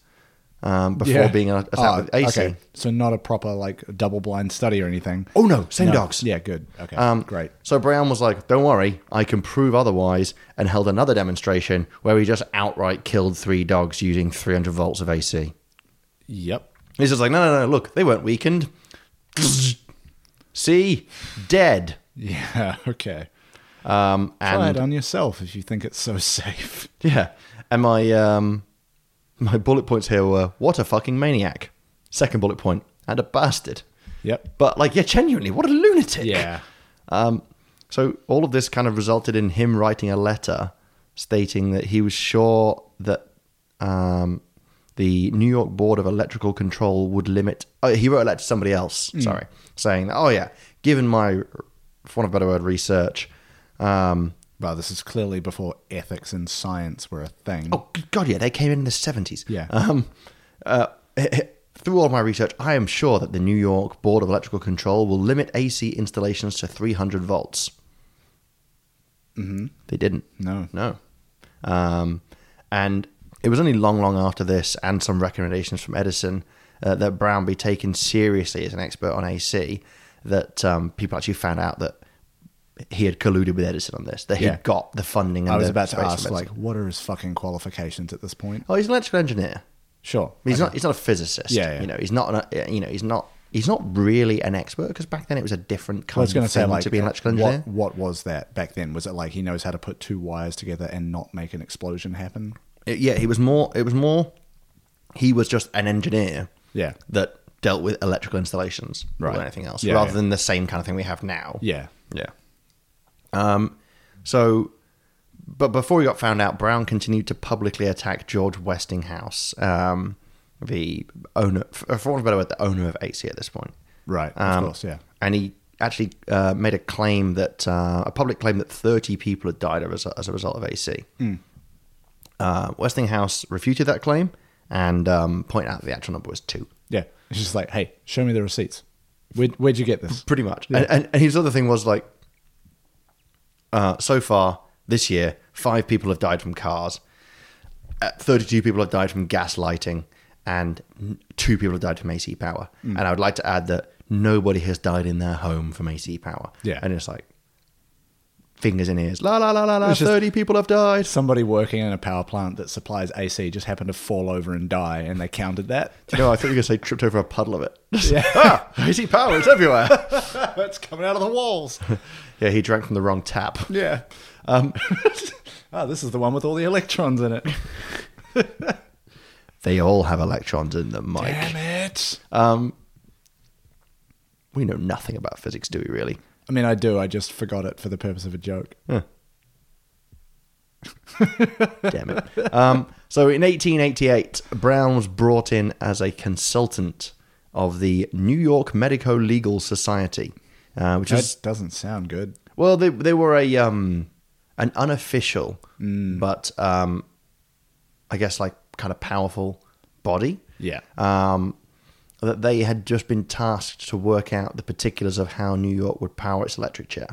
Speaker 2: um, before
Speaker 1: yeah.
Speaker 2: being attacked
Speaker 1: Ah,
Speaker 2: with AC.
Speaker 1: Okay, so not a proper like double blind study or anything.
Speaker 2: Oh no, same
Speaker 1: No.
Speaker 2: dogs.
Speaker 1: Yeah, good. Okay,
Speaker 2: Um,
Speaker 1: great.
Speaker 2: So Brown was like, "Don't worry, I can prove otherwise," and held another demonstration where he just outright killed three dogs using 300 volts of AC.
Speaker 1: Yep.
Speaker 2: He's just like, "No, no, no! Look, they weren't weakened. See, dead."
Speaker 1: Yeah. Okay.
Speaker 2: Um,
Speaker 1: Try
Speaker 2: and
Speaker 1: it on yourself if you think it's so safe.
Speaker 2: Yeah, and my um, my bullet points here were what a fucking maniac. Second bullet point and a bastard.
Speaker 1: Yep.
Speaker 2: But like, yeah, genuinely, what a lunatic.
Speaker 1: Yeah.
Speaker 2: Um, so all of this kind of resulted in him writing a letter stating that he was sure that um, the New York Board of Electrical Control would limit. Oh, he wrote a letter to somebody else. Sorry, saying, "Oh yeah, given my, for want of a better word, research." Um,
Speaker 1: Well, this is clearly before ethics and science were a thing.
Speaker 2: Oh good God, yeah, they came in the seventies.
Speaker 1: Yeah.
Speaker 2: Um, uh, through all my research, I am sure that the New York Board of Electrical Control will limit AC installations to 300 volts. Mm-hmm. They didn't.
Speaker 1: No.
Speaker 2: No. Um, and it was only long, long after this and some recommendations from Edison uh, that Brown be taken seriously as an expert on AC that um, people actually found out that he had colluded with Edison on this, that he
Speaker 1: Yeah.
Speaker 2: would got the funding. And
Speaker 1: I was
Speaker 2: the
Speaker 1: about to
Speaker 2: space from
Speaker 1: ask,
Speaker 2: Edison.
Speaker 1: like, what are his fucking qualifications at this point?
Speaker 2: oh, he's an electrical engineer.
Speaker 1: Sure.
Speaker 2: He's not. He's not a physicist.
Speaker 1: Yeah, yeah.
Speaker 2: You know, he's not. An, uh, you know, he's not. He's not really an expert because back then it was a different
Speaker 1: I
Speaker 2: kind
Speaker 1: was going
Speaker 2: of
Speaker 1: to say,
Speaker 2: thing
Speaker 1: like,
Speaker 2: to be an electrical engineer.
Speaker 1: What, what was that back then? Was it like he knows how to put two wires together and not make an explosion happen?
Speaker 2: It- yeah, he was more. It was more. He was just an engineer.
Speaker 1: Yeah.
Speaker 2: That dealt with electrical installations
Speaker 1: Right.
Speaker 2: or anything else,
Speaker 1: Yeah,
Speaker 2: rather
Speaker 1: yeah.
Speaker 2: than the same kind of thing we have now.
Speaker 1: Yeah.
Speaker 2: Yeah. Um, so, but before he got found out, Brown continued to publicly attack George Westinghouse, um, the owner, for for want of a better word, the owner of AC at this point.
Speaker 1: Right. of course. Yeah.
Speaker 2: Um, And he actually uh, made a claim that, uh, a public claim that 30 people had died as a, as a result of AC.
Speaker 1: Hmm.
Speaker 2: Uh, Westinghouse refuted that claim and um, pointed out that the actual number was two.
Speaker 1: Yeah. It's just like, hey, show me the receipts. Where'd, where'd you get this?
Speaker 2: pretty much. And, and, and his other thing was like, uh, so far this year, five people have died from cars, uh, thirty-two people have died from gas lighting, and n- two people have died from AC power.
Speaker 1: Mm.
Speaker 2: And I would like to add that nobody has died in their home from AC power.
Speaker 1: Yeah.
Speaker 2: and it's like fingers in ears, la la la la la.
Speaker 1: It's just-
Speaker 2: Thirty people have died.
Speaker 1: Somebody working in a power plant that supplies AC just happened to fall over and die, and they counted that.
Speaker 2: No, I thought you were going to say tripped over a puddle of it.
Speaker 1: Yeah.
Speaker 2: ah, AC power, it's everywhere.
Speaker 1: it's coming out of the walls.
Speaker 2: yeah, he drank from the wrong tap.
Speaker 1: Yeah. oh, this is the one with all the electrons in it.
Speaker 2: They all have electrons in them, Mike.
Speaker 1: it.
Speaker 2: Um, we know nothing about physics, do we really?
Speaker 1: I mean, I do. I just forgot it for the purpose of a joke.
Speaker 2: Damn it. Um, so in 1888, Brown was brought in as a consultant of the New York Medico Legal Society, uh, which is
Speaker 1: That doesn't sound good.
Speaker 2: well, they they were a um, an unofficial, but um, I guess like kind of powerful body.
Speaker 1: Yeah.
Speaker 2: um, that they had just been tasked to work out the particulars of how New York would power its electric chair.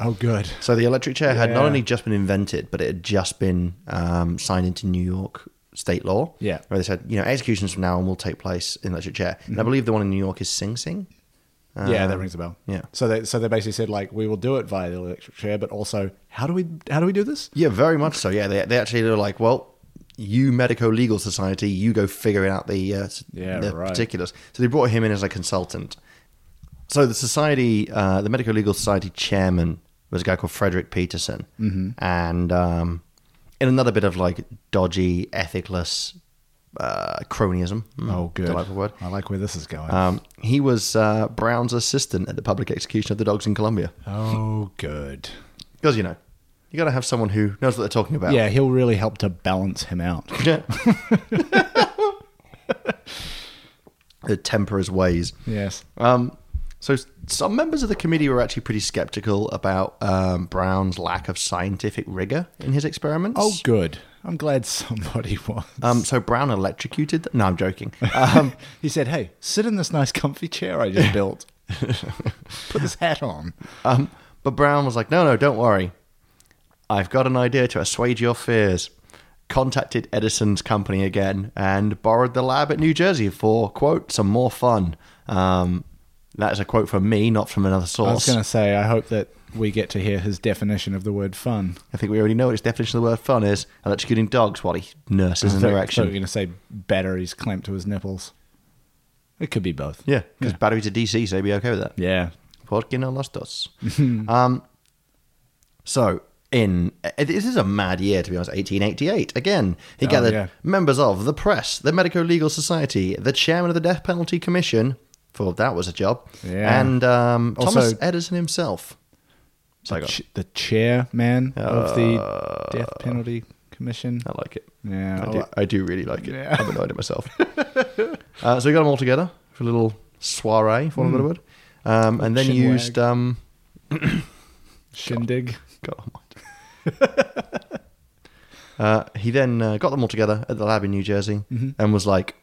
Speaker 1: Oh, good.
Speaker 2: So the electric chair had not
Speaker 1: Yeah.
Speaker 2: only just been invented, but it had just been um, signed into New York state law.
Speaker 1: Yeah.
Speaker 2: where they said, you know, executions from now on will take place in electric chair. And
Speaker 1: Mm-hmm.
Speaker 2: I believe the one in New York is Sing Sing.
Speaker 1: yeah, that
Speaker 2: Um,
Speaker 1: rings a bell.
Speaker 2: yeah.
Speaker 1: So they so they basically said like we will do it via the electric chair, but also how do we how do we do this?
Speaker 2: Yeah, very much so. Yeah, they, they actually were like, well, you medico legal society, you go figure out the, uh, s-
Speaker 1: Yeah,
Speaker 2: the
Speaker 1: right.
Speaker 2: particulars. So they brought him in as a consultant. So the society, uh, the medico legal society chairman was a guy called Frederick Peterson,
Speaker 1: Mm-hmm.
Speaker 2: and um, in another bit of like dodgy, ethicless uh, cronyism. Mm,
Speaker 1: Oh, good.
Speaker 2: delightful word.
Speaker 1: I like where this is going.
Speaker 2: Um, he was uh, Brown's assistant at the public execution of the dogs in Colombia,
Speaker 1: oh, good.
Speaker 2: because you know you got to have someone who knows what they're talking about.
Speaker 1: Yeah, he'll really help to balance him out.
Speaker 2: Yeah. the temper his ways.
Speaker 1: yes.
Speaker 2: Um, So s- some members of the committee were actually pretty skeptical about um, Brown's lack of scientific rigor in his experiments.
Speaker 1: Oh, good. I'm glad somebody was.
Speaker 2: Um, so Brown electrocuted. No, I'm joking. Um,
Speaker 1: he said, "Hey, sit in this nice comfy chair I just built. Put this hat on."
Speaker 2: um, but Brown was like, "No, no, don't worry. I've got an idea to assuage your fears." Contacted Edison's company again and borrowed the lab at New Jersey for quote some more fun. Um, that is a quote from me, not from another source.
Speaker 1: I was going to say, I hope that we get to hear his definition of the word fun.
Speaker 2: I think we already know what its definition of the word fun is electrocuting dogs while he nurses an
Speaker 1: So we're
Speaker 2: erection.
Speaker 1: going to say batteries clamped to his nipples. It could be both.
Speaker 2: Yeah, because batteries are DC, so he'd be okay with that.
Speaker 1: Yeah.
Speaker 2: Porque no los dos. um, so, in eh, this is a mad year to be honest. 1888 again. He
Speaker 1: Oh,
Speaker 2: gathered
Speaker 1: yeah.
Speaker 2: members of the press, the Medico Legal Society, the chairman of the Death Penalty Commission. For that was a job.
Speaker 1: Yeah.
Speaker 2: And um, Thomas
Speaker 1: Also-
Speaker 2: Edison himself. So I,
Speaker 1: The,
Speaker 2: got,
Speaker 1: ch- the chairman of the Death Penalty Commission.
Speaker 2: I like it.
Speaker 1: Yeah.
Speaker 2: I
Speaker 1: I
Speaker 2: do,
Speaker 1: li-
Speaker 2: I do really like it.
Speaker 1: Yeah.
Speaker 2: I'm annoyed at myself. uh, so we got them all together for a little soiree, for want of a better word. Um, and then
Speaker 1: Chin
Speaker 2: used.
Speaker 1: Hmm. wag.
Speaker 2: Um,
Speaker 1: Shindig.
Speaker 2: God almighty. uh, he then uh, got them all together at the lab in New Jersey
Speaker 1: Mm-hmm.
Speaker 2: and was like,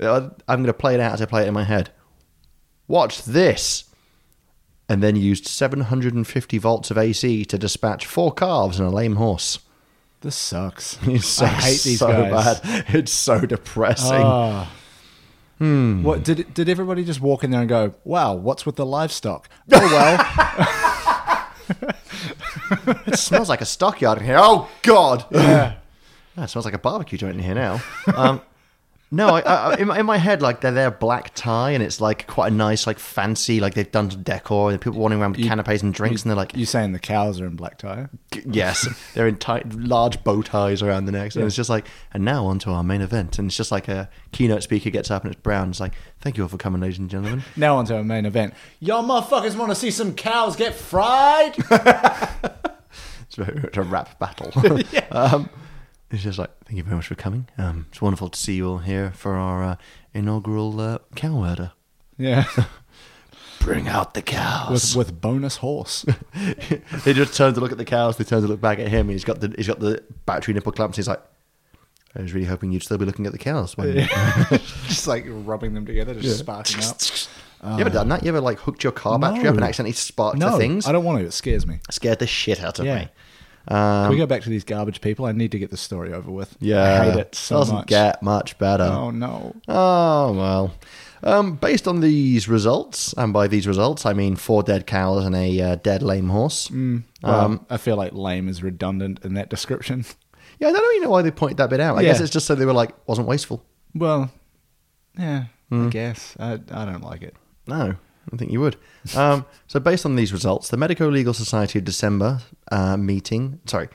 Speaker 2: "Uh, I'm going to play it out as I play it in my head. Watch this. And then used 750 volts of AC to dispatch four calves and a lame horse.
Speaker 1: This sucks.
Speaker 2: It's so,
Speaker 1: I hate these
Speaker 2: so
Speaker 1: guys.
Speaker 2: bad. It's so depressing.
Speaker 1: Ah. What did did everybody just walk in there and go, "Wow, what's with the livestock?" Oh well,
Speaker 2: It smells like a stockyard in here. Oh God! That smells like a barbecue joint in here now. Um, no, I, I, in, my, in my head, like they're their black tie, and it's like quite a nice, like fancy, like they've done some decor, and people wandering around with canapes and drinks, and they're like,
Speaker 1: you saying the cows are in black tie?
Speaker 2: yes, they're in tight, large bow ties around the necks, and it's just like, and now on to our main event, and it's just like a keynote speaker gets up and it's brown, it's like, thank you all for coming, ladies and gentlemen.
Speaker 1: Now onto our main event. Y'all motherfuckers want to see some cows get fried?
Speaker 2: It's very much a rap battle. um, it's just like, thank you very much for coming. Um, it's wonderful to see you all here for our uh, inaugural uh, cow murder.
Speaker 1: yeah,
Speaker 2: Bring out the
Speaker 1: with,
Speaker 2: cows.
Speaker 1: with bonus horse.
Speaker 2: they just turn to look at the cows. They turn to look back at him. And he's got the he's got the battery nipple clamps. He's like, I was really hoping you'd still be looking at the cows. When
Speaker 1: just like rubbing them together, just sparking up.
Speaker 2: you ever done that? You ever like hooked your car battery up and
Speaker 1: No.
Speaker 2: accidentally sparked
Speaker 1: No,
Speaker 2: the things?
Speaker 1: I don't want to. It scares me.
Speaker 2: Scared the shit out of
Speaker 1: Yeah.
Speaker 2: me.
Speaker 1: Can we go back to these garbage people? I need to get this story over with.
Speaker 2: Um, Yeah,
Speaker 1: I hate it so
Speaker 2: doesn't
Speaker 1: much.
Speaker 2: get much better.
Speaker 1: oh no.
Speaker 2: Oh, well. Um, based on these results, and by these results, I mean four dead cows and a uh, dead lame horse.
Speaker 1: Mm. Well, I feel like lame is redundant in that description.
Speaker 2: Yeah, I don't really know why they pointed that bit out. I
Speaker 1: Yeah.
Speaker 2: guess it's just so they were like, wasn't wasteful.
Speaker 1: Well, yeah,
Speaker 2: Hmm.
Speaker 1: I guess I I don't like it.
Speaker 2: No, I think you would. Um, so, based on these results, the Medico Legal Society of December uh, meeting, sorry,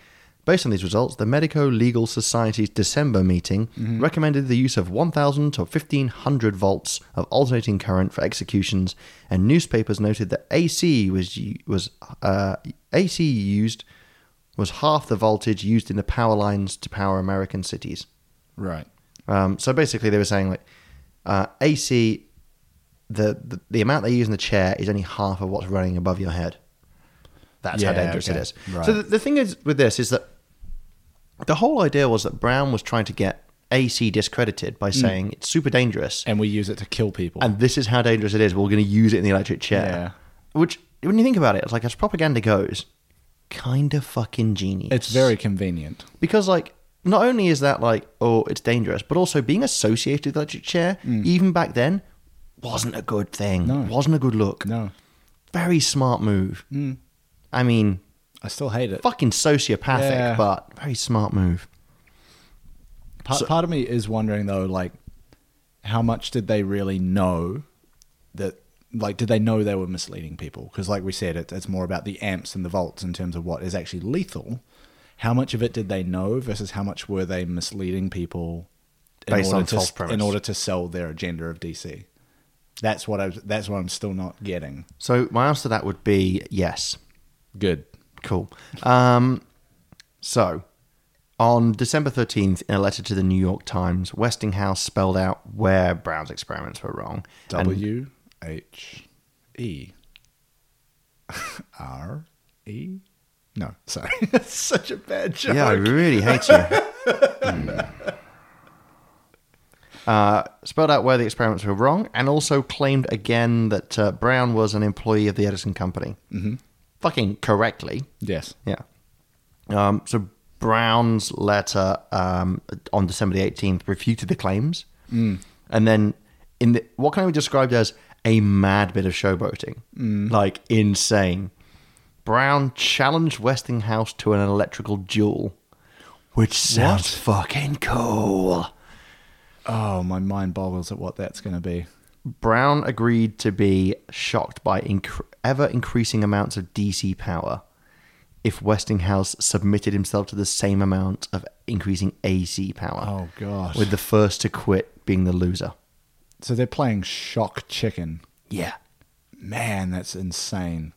Speaker 2: based on these results, the Medico Legal Society's December meeting recommended the use of 1,000 to 1,500 volts of alternating current for executions, and newspapers noted that AC was u- was uh, AC used was half the voltage used in the power lines to power American cities.
Speaker 1: Right.
Speaker 2: Um, so basically, they were saying like uh, AC, the, the the amount they use in the chair is only half of what's running above your head. That's how
Speaker 1: Yeah,
Speaker 2: dangerous
Speaker 1: okay.
Speaker 2: it is.
Speaker 1: Right.
Speaker 2: So the, the thing is with this is that the whole idea was that Brown was trying to get AC discredited by
Speaker 1: Mm.
Speaker 2: saying it's super dangerous
Speaker 1: And we use it to kill people.
Speaker 2: and this is how dangerous it is. We're going to use it in the electric chair. Which, when you think about it, it's like as propaganda goes, kind of fucking genius.
Speaker 1: it's very convenient.
Speaker 2: Because like not only is that like oh it's dangerous, but also being associated with the electric chair even back then wasn't a good thing.
Speaker 1: Mm. No.
Speaker 2: Wasn't a good look.
Speaker 1: No,
Speaker 2: Very smart move.
Speaker 1: Mm.
Speaker 2: I mean,
Speaker 1: I still hate it.
Speaker 2: fucking sociopathic,
Speaker 1: Yeah.
Speaker 2: but very smart move.
Speaker 1: Part, part of me is wondering though, like, how much did they really know that? Like, did they know they were misleading people? Because, like we said, it, it's more about the amps and the volts in terms of what is actually lethal. How much of it did they know versus how much were they misleading people in
Speaker 2: Based
Speaker 1: order
Speaker 2: on
Speaker 1: to,
Speaker 2: false
Speaker 1: in
Speaker 2: premise.
Speaker 1: order to sell their agenda of DC? That's what I. was- That's what I'm still not getting.
Speaker 2: So my answer to that would be yes.
Speaker 1: Good.
Speaker 2: Cool. Um, so, on December 13th, in a letter to the New York Times, Westinghouse spelled out where Brown's experiments were wrong. And
Speaker 1: W H E. R E? No, sorry. That's such a bad joke.
Speaker 2: Yeah, I really hate you. Hmm. Uh, spelled out where the experiments were wrong, and also claimed again that uh, Brown was an employee of the Edison Company. Mm-hmm. Fucking correctly.
Speaker 1: Yes.
Speaker 2: Yeah. Um, so Brown's letter um, on December the 18th refuted the claims. And then in the, what can I be described as a mad bit of showboating? Like insane. Brown challenged Westinghouse to an electrical duel, which sounds fucking cool.
Speaker 1: Oh, my mind boggles at what that's going to be.
Speaker 2: Brown agreed to be shocked by incre- ever increasing amounts of DC power if Westinghouse submitted himself to the same amount of increasing AC power.
Speaker 1: Oh, gosh.
Speaker 2: With the first to quit being the loser.
Speaker 1: So they're playing shock chicken.
Speaker 2: Yeah.
Speaker 1: Man, that's insane.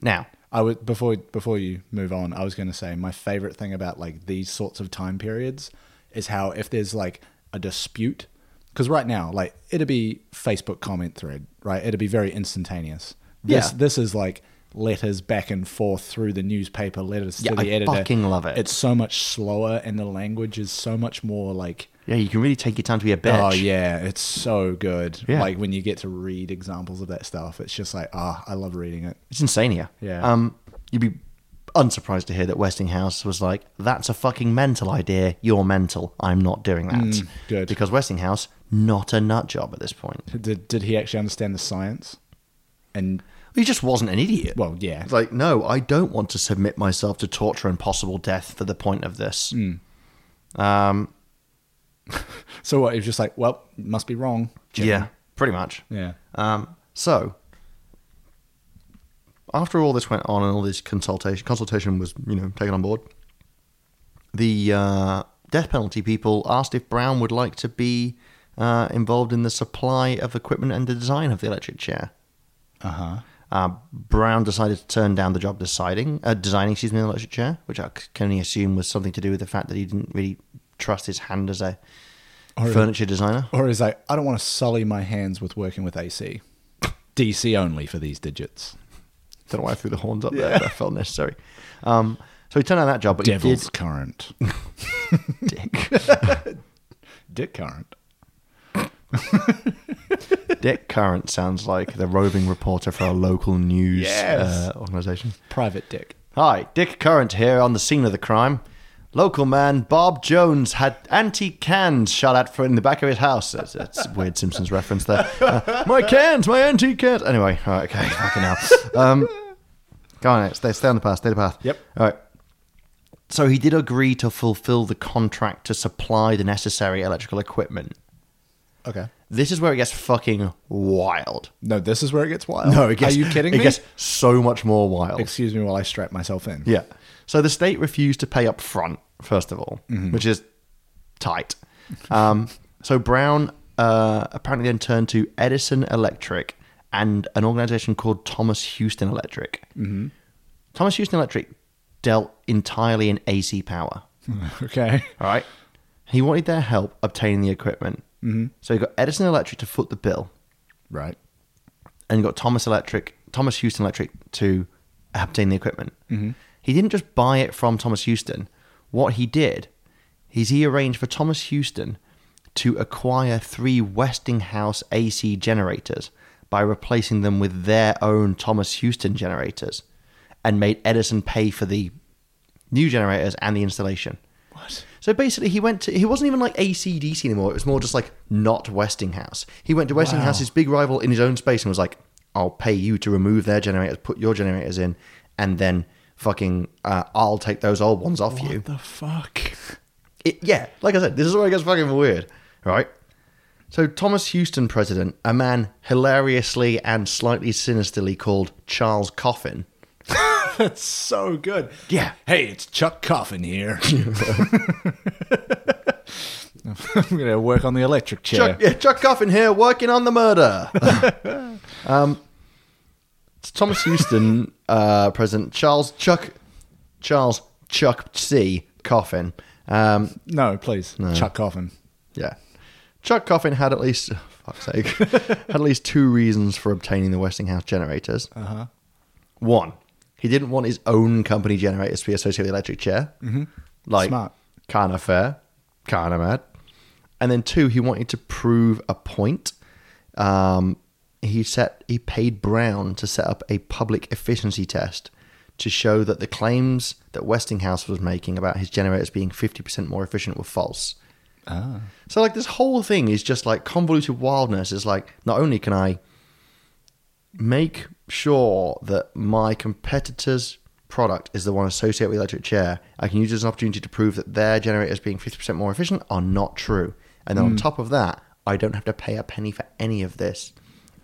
Speaker 2: Now,
Speaker 1: I would before before you move on, I was going to say my favorite thing about like these sorts of time periods is how if there's like a dispute because right now like it'd be Facebook comment thread, right? It'd be very instantaneous. This
Speaker 2: Yeah.
Speaker 1: this is like letters back and forth through the newspaper, letters
Speaker 2: Yeah,
Speaker 1: to the
Speaker 2: I
Speaker 1: editor.
Speaker 2: fucking love it.
Speaker 1: It's so much slower and the language is so much more like
Speaker 2: yeah, you can really take your time to be a bitch.
Speaker 1: Oh yeah, it's so good.
Speaker 2: Yeah.
Speaker 1: Like when you get to read examples of that stuff, it's just like, ah, I love reading it.
Speaker 2: It's insane here.
Speaker 1: Yeah.
Speaker 2: Um, you'd be unsurprised to hear that Westinghouse was like, "That's a fucking mental idea. You're mental. I'm not doing that."
Speaker 1: Mm, good.
Speaker 2: Because Westinghouse, not a nut job at this point.
Speaker 1: Did did he actually understand the science? And
Speaker 2: He just wasn't an idiot.
Speaker 1: well, yeah,
Speaker 2: It's like, no, I don't want to submit myself to torture and possible death for the point of this.
Speaker 1: So what? It was just like, well, must be wrong. Jimmy.
Speaker 2: Yeah, pretty much.
Speaker 1: Yeah.
Speaker 2: Um, so, after all this went on and all this consultation, consultation was you know taken on board. The uh, death penalty people asked if Brown would like to be uh, involved in the supply of equipment and the design of the electric chair.
Speaker 1: Uh huh.
Speaker 2: Uh, Brown decided to turn down the job deciding, uh, designing excuse me, the electric chair, which I c- can only assume was something to do with the fact that he didn't really trust his hand as a
Speaker 1: Or-
Speaker 2: furniture designer.
Speaker 1: Or is like, I don't want to sully my hands with working with AC. DC only for these digits.
Speaker 2: Don't know why I threw the horns up there. But that felt necessary. Um, so he turned down that job, but he did
Speaker 1: Devil's current.
Speaker 2: Dick.
Speaker 1: Dick current.
Speaker 2: Dick Current sounds like the roving reporter for a local news
Speaker 1: Yes.
Speaker 2: uh, organization.
Speaker 1: Private Dick.
Speaker 2: Hi, Dick Current here on the scene of the crime. Local man Bob Jones had anti cans shot at for in the back of his house. That's, that's a weird Simpsons reference there. Uh, my cans, my anti cans. Anyway, all right, okay, fucking hell. Um, go on, stay, stay on the path, stay on the path.
Speaker 1: Yep.
Speaker 2: All right. So he did agree to fulfill the contract to supply the necessary electrical equipment.
Speaker 1: Okay.
Speaker 2: This is where it gets fucking wild.
Speaker 1: No, this is where it gets wild. Are you kidding
Speaker 2: it
Speaker 1: me?
Speaker 2: gets so much more wild.
Speaker 1: Excuse me while I strap myself in.
Speaker 2: yeah. So the state refused to pay up front, first of all, which is tight. Um, so Brown uh, apparently then turned to Edison Electric and an organization called Thomas Houston Electric. Mm-hmm. Thomas Houston Electric dealt entirely in AC power.
Speaker 1: Okay.
Speaker 2: All right. He wanted their help obtaining the equipment. Mm-hmm. So he got Edison Electric to foot the bill.
Speaker 1: Right.
Speaker 2: and got Thomas Electric, Thomas Houston Electric to obtain the equipment. Mm-hmm. He didn't just buy it from Thomas Houston. What he did is he arranged for Thomas Houston to acquire three Westinghouse AC generators by replacing them with their own Thomas Houston generators and made Edison pay for the new generators and the installation.
Speaker 1: What?
Speaker 2: So basically, he went to, he wasn't even like ACDC anymore. It was more just like not Westinghouse. He went to Westinghouse's big rival in his own space and was like, I'll pay you to remove their generators, put your generators in, and then fucking, uh, I'll take those old ones off you.
Speaker 1: What the fuck?
Speaker 2: It, yeah, like I said, this is where it gets fucking weird, right? So, Thomas Houston, president, a man hilariously and slightly sinisterly called Charles Coffin,
Speaker 1: That's so good.
Speaker 2: Yeah.
Speaker 1: Hey, it's Chuck Coffin here. I'm gonna work on the electric chair.
Speaker 2: Chuck, yeah, Chuck Coffin here, working on the murder. um, Thomas Houston, uh, President Charles Chuck Charles Chuck C. Coffin. Um,
Speaker 1: No, please. Chuck Coffin.
Speaker 2: yeah. Chuck Coffin had at least, oh, fuck's sake, had at least two reasons for obtaining the Westinghouse generators.
Speaker 1: Uh-huh.
Speaker 2: One, he didn't want his own company generators to be associated with the electric chair. Mm-hmm. Like,
Speaker 1: Smart.
Speaker 2: kind of fair, kind of mad. And then two, he wanted to prove a point. Um, he set he paid Brown to set up a public efficiency test to show that the claims that Westinghouse was making about his generators being fifty percent more efficient were false.
Speaker 1: Ah.
Speaker 2: So like this whole thing is just like convoluted wildness. Is like not only can I make sure that my competitor's product is the one associated with electric chair, I can use it as an opportunity to prove that their generators being fifty percent more efficient are not true. And then on top of that, I don't have to pay a penny for any of this.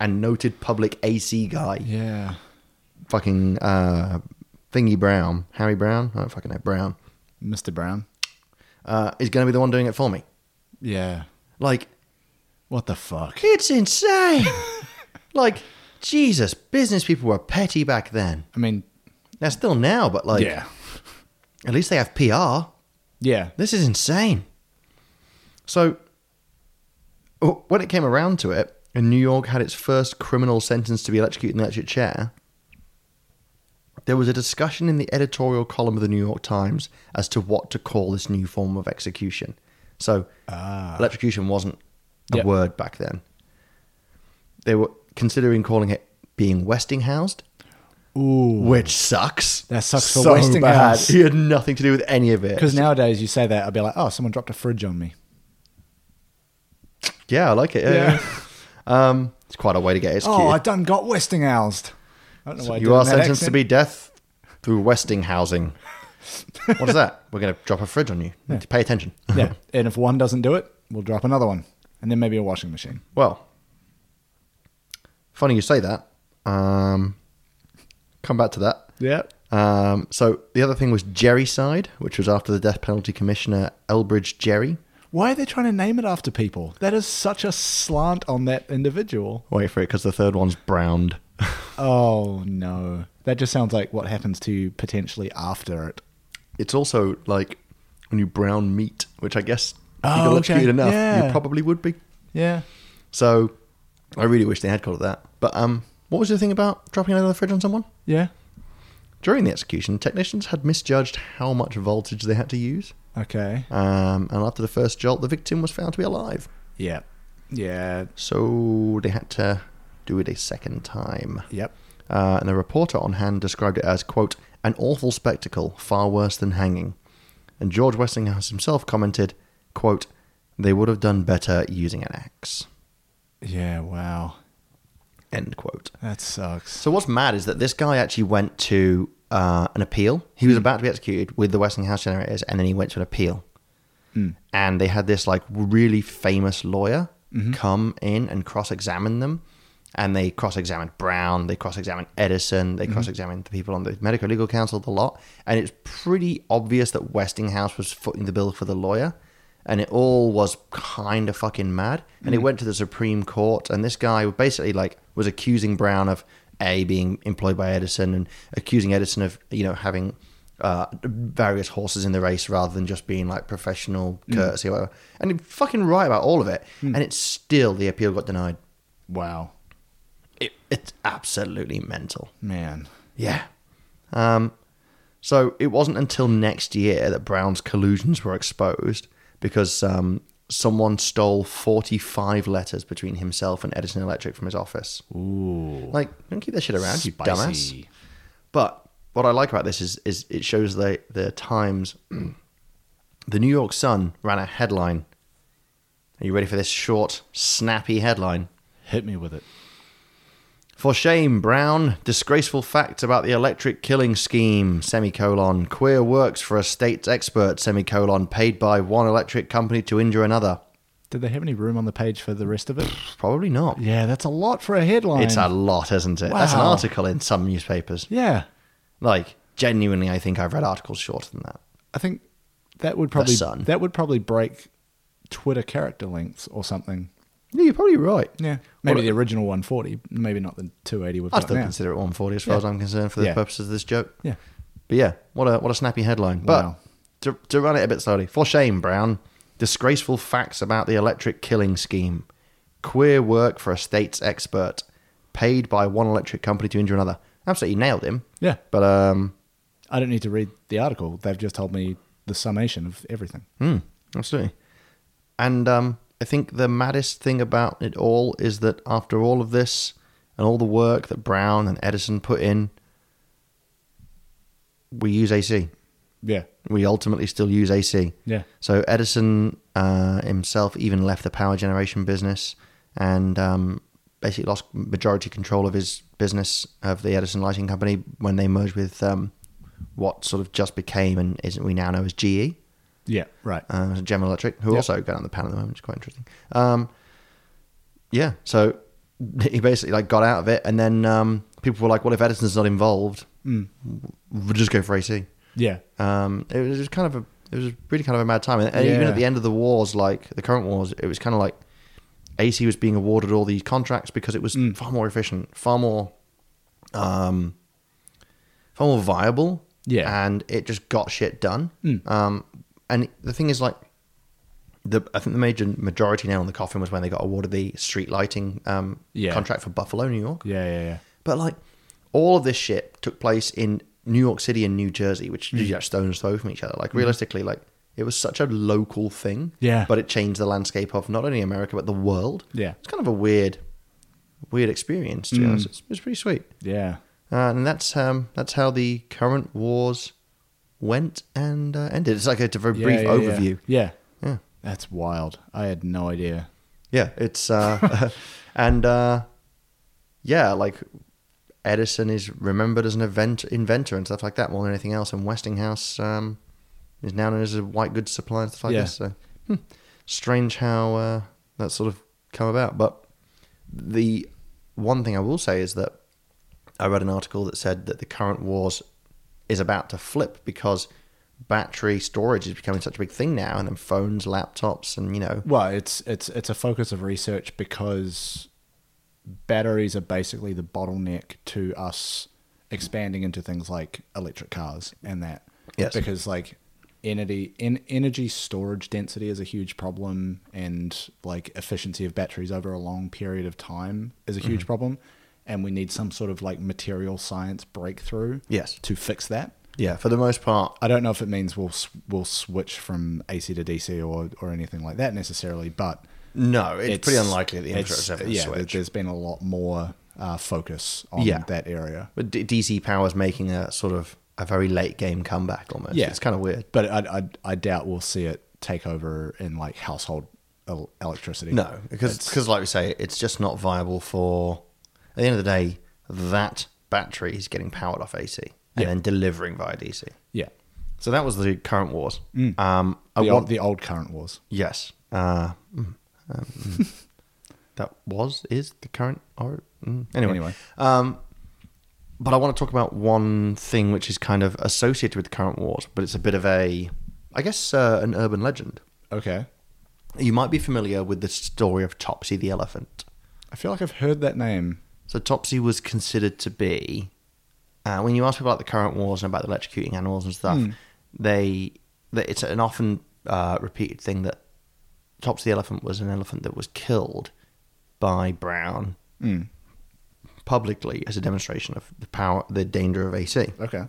Speaker 2: And noted public AC guy,
Speaker 1: Yeah.
Speaker 2: fucking uh, thingy Brown, Harry Brown, I don't fucking know Brown,
Speaker 1: Mr. Brown.
Speaker 2: uh, is going to be the one doing it for me.
Speaker 1: Yeah.
Speaker 2: Like
Speaker 1: What the fuck?
Speaker 2: It's insane. like, Jesus, business people were petty back then.
Speaker 1: I mean,
Speaker 2: They're still now, but like,
Speaker 1: yeah.
Speaker 2: at least they have PR.
Speaker 1: Yeah.
Speaker 2: This is insane. So, w- when it came around to it, and New York had its first criminal sentence to be electrocuted in an electric chair, there was a discussion in the editorial column of the New York Times as to what to call this new form of execution. So,
Speaker 1: Ah.
Speaker 2: electrocution wasn't a
Speaker 1: Yep.
Speaker 2: word back then. They were considering calling it being Westinghoused,
Speaker 1: Ooh.
Speaker 2: which sucks.
Speaker 1: That sucks for Westinghouse.
Speaker 2: He had nothing to do with any of it.
Speaker 1: Because nowadays you say that, I'd be like, oh, someone dropped a fridge on me.
Speaker 2: Yeah, I like it. Yeah.
Speaker 1: Yeah.
Speaker 2: yeah. Um, it's quite a way to get executed.
Speaker 1: Oh, I done got Westinghoused. I don't know why I did
Speaker 2: you are
Speaker 1: that
Speaker 2: sentenced to
Speaker 1: accent.
Speaker 2: be death through Westinghousing. what is that? We're going to drop a fridge on you. You need to pay attention.
Speaker 1: yeah. And if one doesn't do it, we'll drop another one. And then maybe a washing machine.
Speaker 2: Well, funny you say that. Um, come back to that.
Speaker 1: Yeah.
Speaker 2: Um, so the other thing was Jerry side, which was after the death penalty commissioner Elbridge Jerry.
Speaker 1: Why are they trying to name it after people? That is such a slant on that individual.
Speaker 2: Wait for it, because the third one's browned.
Speaker 1: Oh, no. That just sounds like what happens to you potentially after it.
Speaker 2: it's also like when you brown meat, which I guess if you
Speaker 1: Oh,
Speaker 2: got lucky
Speaker 1: okay.
Speaker 2: enough,
Speaker 1: Yeah.
Speaker 2: you probably would be.
Speaker 1: Yeah.
Speaker 2: So I really wish they had called it that. But um, what was the thing about dropping it out of the fridge on someone?
Speaker 1: Yeah.
Speaker 2: During the execution, technicians had misjudged how much voltage they had to use.
Speaker 1: Okay.
Speaker 2: Um, and after the first jolt, the victim was found to be alive.
Speaker 1: Yeah. Yeah.
Speaker 2: So they had to do it a second time.
Speaker 1: Yep.
Speaker 2: Uh, and a reporter on hand described it as, quote, an awful spectacle, far worse than hanging. And George Westinghouse himself commented, quote, they would have done better using an axe,
Speaker 1: Yeah. Wow.
Speaker 2: end quote.
Speaker 1: That sucks.
Speaker 2: So what's mad is that this guy actually went to uh, an appeal. He was about to be executed with the Westinghouse generators, and then he went to an appeal. And they had this like really famous lawyer come in and cross-examine them, and they cross-examined Brown, they cross-examined Edison, they cross-examined the people on the medical legal council, the lot. And it's pretty obvious that Westinghouse was footing the bill for the lawyer. And it all was kind of fucking mad. And it went to the Supreme Court, and this guy basically like was accusing Brown of a being employed by Edison and accusing Edison of you know having uh, various horses in the race rather than just being like professional courtesy or whatever. And he fucking right about all of it. And it's still the appeal got denied.
Speaker 1: Wow.
Speaker 2: It, it's absolutely mental.
Speaker 1: Man.
Speaker 2: Yeah. Um, so it wasn't until next year that Brown's collusions were exposed because um, someone stole 45 letters between himself and Edison Electric from his office.
Speaker 1: Ooh.
Speaker 2: Like, don't keep that shit around, you dumbass.
Speaker 1: Spicy.
Speaker 2: But what I like about this is is it shows the the times. the New York Sun ran a headline. Are you ready for this short, snappy headline?
Speaker 1: Hit me with it.
Speaker 2: For shame, Brown. Disgraceful facts about the electric killing scheme. Semicolon. Queer works for a state's expert. Semicolon. Paid by one electric company to injure another.
Speaker 1: Did they have any room on the page for the rest of it?
Speaker 2: Probably not.
Speaker 1: Yeah, that's a lot for a headline.
Speaker 2: It's a lot, isn't it? That's an
Speaker 1: Wow.
Speaker 2: article in some newspapers.
Speaker 1: Yeah.
Speaker 2: Like genuinely, I think I've read articles shorter than that.
Speaker 1: I think that would probably
Speaker 2: Sun.
Speaker 1: that would probably break Twitter character lengths or something.
Speaker 2: Yeah, you're probably right.
Speaker 1: Yeah. Maybe
Speaker 2: Well,
Speaker 1: the original 140, maybe not the 280 we've
Speaker 2: I'd
Speaker 1: got
Speaker 2: still
Speaker 1: now.
Speaker 2: consider it 140 as far
Speaker 1: Yeah.
Speaker 2: as I'm concerned for the
Speaker 1: Yeah.
Speaker 2: purposes of this joke.
Speaker 1: Yeah.
Speaker 2: But yeah, what a what a snappy headline. But
Speaker 1: Wow.
Speaker 2: to, to run it a bit slowly, for shame, Brown. Disgraceful facts about the electric killing scheme. Queer work for a state's expert. Paid by one electric company to injure another. Absolutely nailed him.
Speaker 1: Yeah.
Speaker 2: But um,
Speaker 1: I don't need to read the article. They've just told me the summation of everything.
Speaker 2: Hmm, absolutely. And um, I think the maddest thing about it all is that after all of this and all the work that Brown and Edison put in, we use AC.
Speaker 1: Yeah.
Speaker 2: We ultimately still use AC.
Speaker 1: Yeah.
Speaker 2: So Edison uh, himself even left the power generation business and um, basically lost majority control of his business of the Edison Lighting Company when they merged with um, what sort of just became and isn't we now know as GE
Speaker 1: Yeah. Right.
Speaker 2: uh, General Electric, who
Speaker 1: Yep.
Speaker 2: also go down the pan at the moment. It's quite interesting. Um, yeah, so he basically like got out of it, and then um, people were like, "Well, if Edison's not involved, we'll just go for AC."
Speaker 1: Yeah.
Speaker 2: Um, it was just kind of a, it was really kind of a mad time, and, and even
Speaker 1: Yeah.
Speaker 2: at the end of the wars, like the current wars, it was kind of like AC was being awarded all these contracts because it was
Speaker 1: Mm.
Speaker 2: far more efficient, far more, um, far more viable.
Speaker 1: Yeah.
Speaker 2: and it just got shit done.
Speaker 1: Mm.
Speaker 2: Um, and the thing is, like, the I think the major majority nail in the coffin was when they got awarded the street lighting um,
Speaker 1: Yeah.
Speaker 2: contract for Buffalo, New York.
Speaker 1: Yeah. Yeah. Yeah.
Speaker 2: But like all of this shit took place in New York City and New Jersey, which
Speaker 1: Mm.
Speaker 2: is just stones throw from each other. Like realistically, like it was such a local thing.
Speaker 1: Yeah.
Speaker 2: But it changed the landscape of not only America but the world.
Speaker 1: Yeah. Mm.
Speaker 2: It's kind of a weird, weird experience. To be honest, it's, it's pretty sweet.
Speaker 1: Yeah.
Speaker 2: Uh, and that's um that's how the current wars went and uh, ended. It's like a, very brief
Speaker 1: yeah, yeah,
Speaker 2: overview.
Speaker 1: Yeah.
Speaker 2: Yeah.
Speaker 1: That's wild. I had no idea.
Speaker 2: Yeah, it's uh, and uh, yeah, like Edison is remembered as an event inventor and stuff like that more than anything else, and Westinghouse um, is now known as a white goods supplier and stuff like
Speaker 1: Yeah.
Speaker 2: this. So hmm, strange how uh, that sort of come about. But the one thing I will say is that I read an article that said that the current wars is about to flip because battery storage is becoming such a big thing now, and then phones, laptops, and you know.
Speaker 1: Well, it's it's it's a focus of research because batteries are basically the bottleneck to us expanding into things like electric cars and that.
Speaker 2: Yes.
Speaker 1: Because like energy in energy storage density is a huge problem and like efficiency of batteries over a long period of time is a huge
Speaker 2: Mm-hmm.
Speaker 1: problem and we need some sort of like material science breakthrough
Speaker 2: Yes.
Speaker 1: to fix that.
Speaker 2: Yeah, for the most part,
Speaker 1: I don't know if it means we'll s- we'll switch from AC to DC or or anything like that necessarily, but
Speaker 2: no. It's, pretty unlikely that the
Speaker 1: it's-
Speaker 2: infrastructure ever
Speaker 1: Yeah, there-
Speaker 2: switch.
Speaker 1: there's been a lot more uh, focus on
Speaker 2: Yeah.
Speaker 1: that area,
Speaker 2: But D- DC Power's making a sort of a very late game comeback almost.
Speaker 1: Yeah.
Speaker 2: it's kind of weird.
Speaker 1: but I, I I doubt we'll see it take over in like household el- electricity.
Speaker 2: No, because
Speaker 1: It's-
Speaker 2: because like we say, it's just not viable for. At the end of the day, that battery is getting powered off AC and
Speaker 1: Yeah.
Speaker 2: then delivering via DC.
Speaker 1: yeah,
Speaker 2: So that was the current wars. Um, I
Speaker 1: the,
Speaker 2: want
Speaker 1: old, the old current wars.
Speaker 2: yes. Uh, mm, um, mm. that was is the current or mm. anyway.
Speaker 1: Anyway.
Speaker 2: Um, but I want to talk about one thing which is kind of associated with the current wars, but it's a bit of a, I guess, uh, an urban legend.
Speaker 1: Okay,
Speaker 2: You might be familiar with the story of Topsy the elephant.
Speaker 1: I feel like I've heard that name.
Speaker 2: So Topsy was considered to be, uh, when you ask people about the current wars and about the electrocuting animals and stuff, they, that it's an often uh, repeated thing that Topsy the elephant was an elephant that was killed by Brown
Speaker 1: Mm.
Speaker 2: publicly as a demonstration of the power, the danger of AC.
Speaker 1: Okay,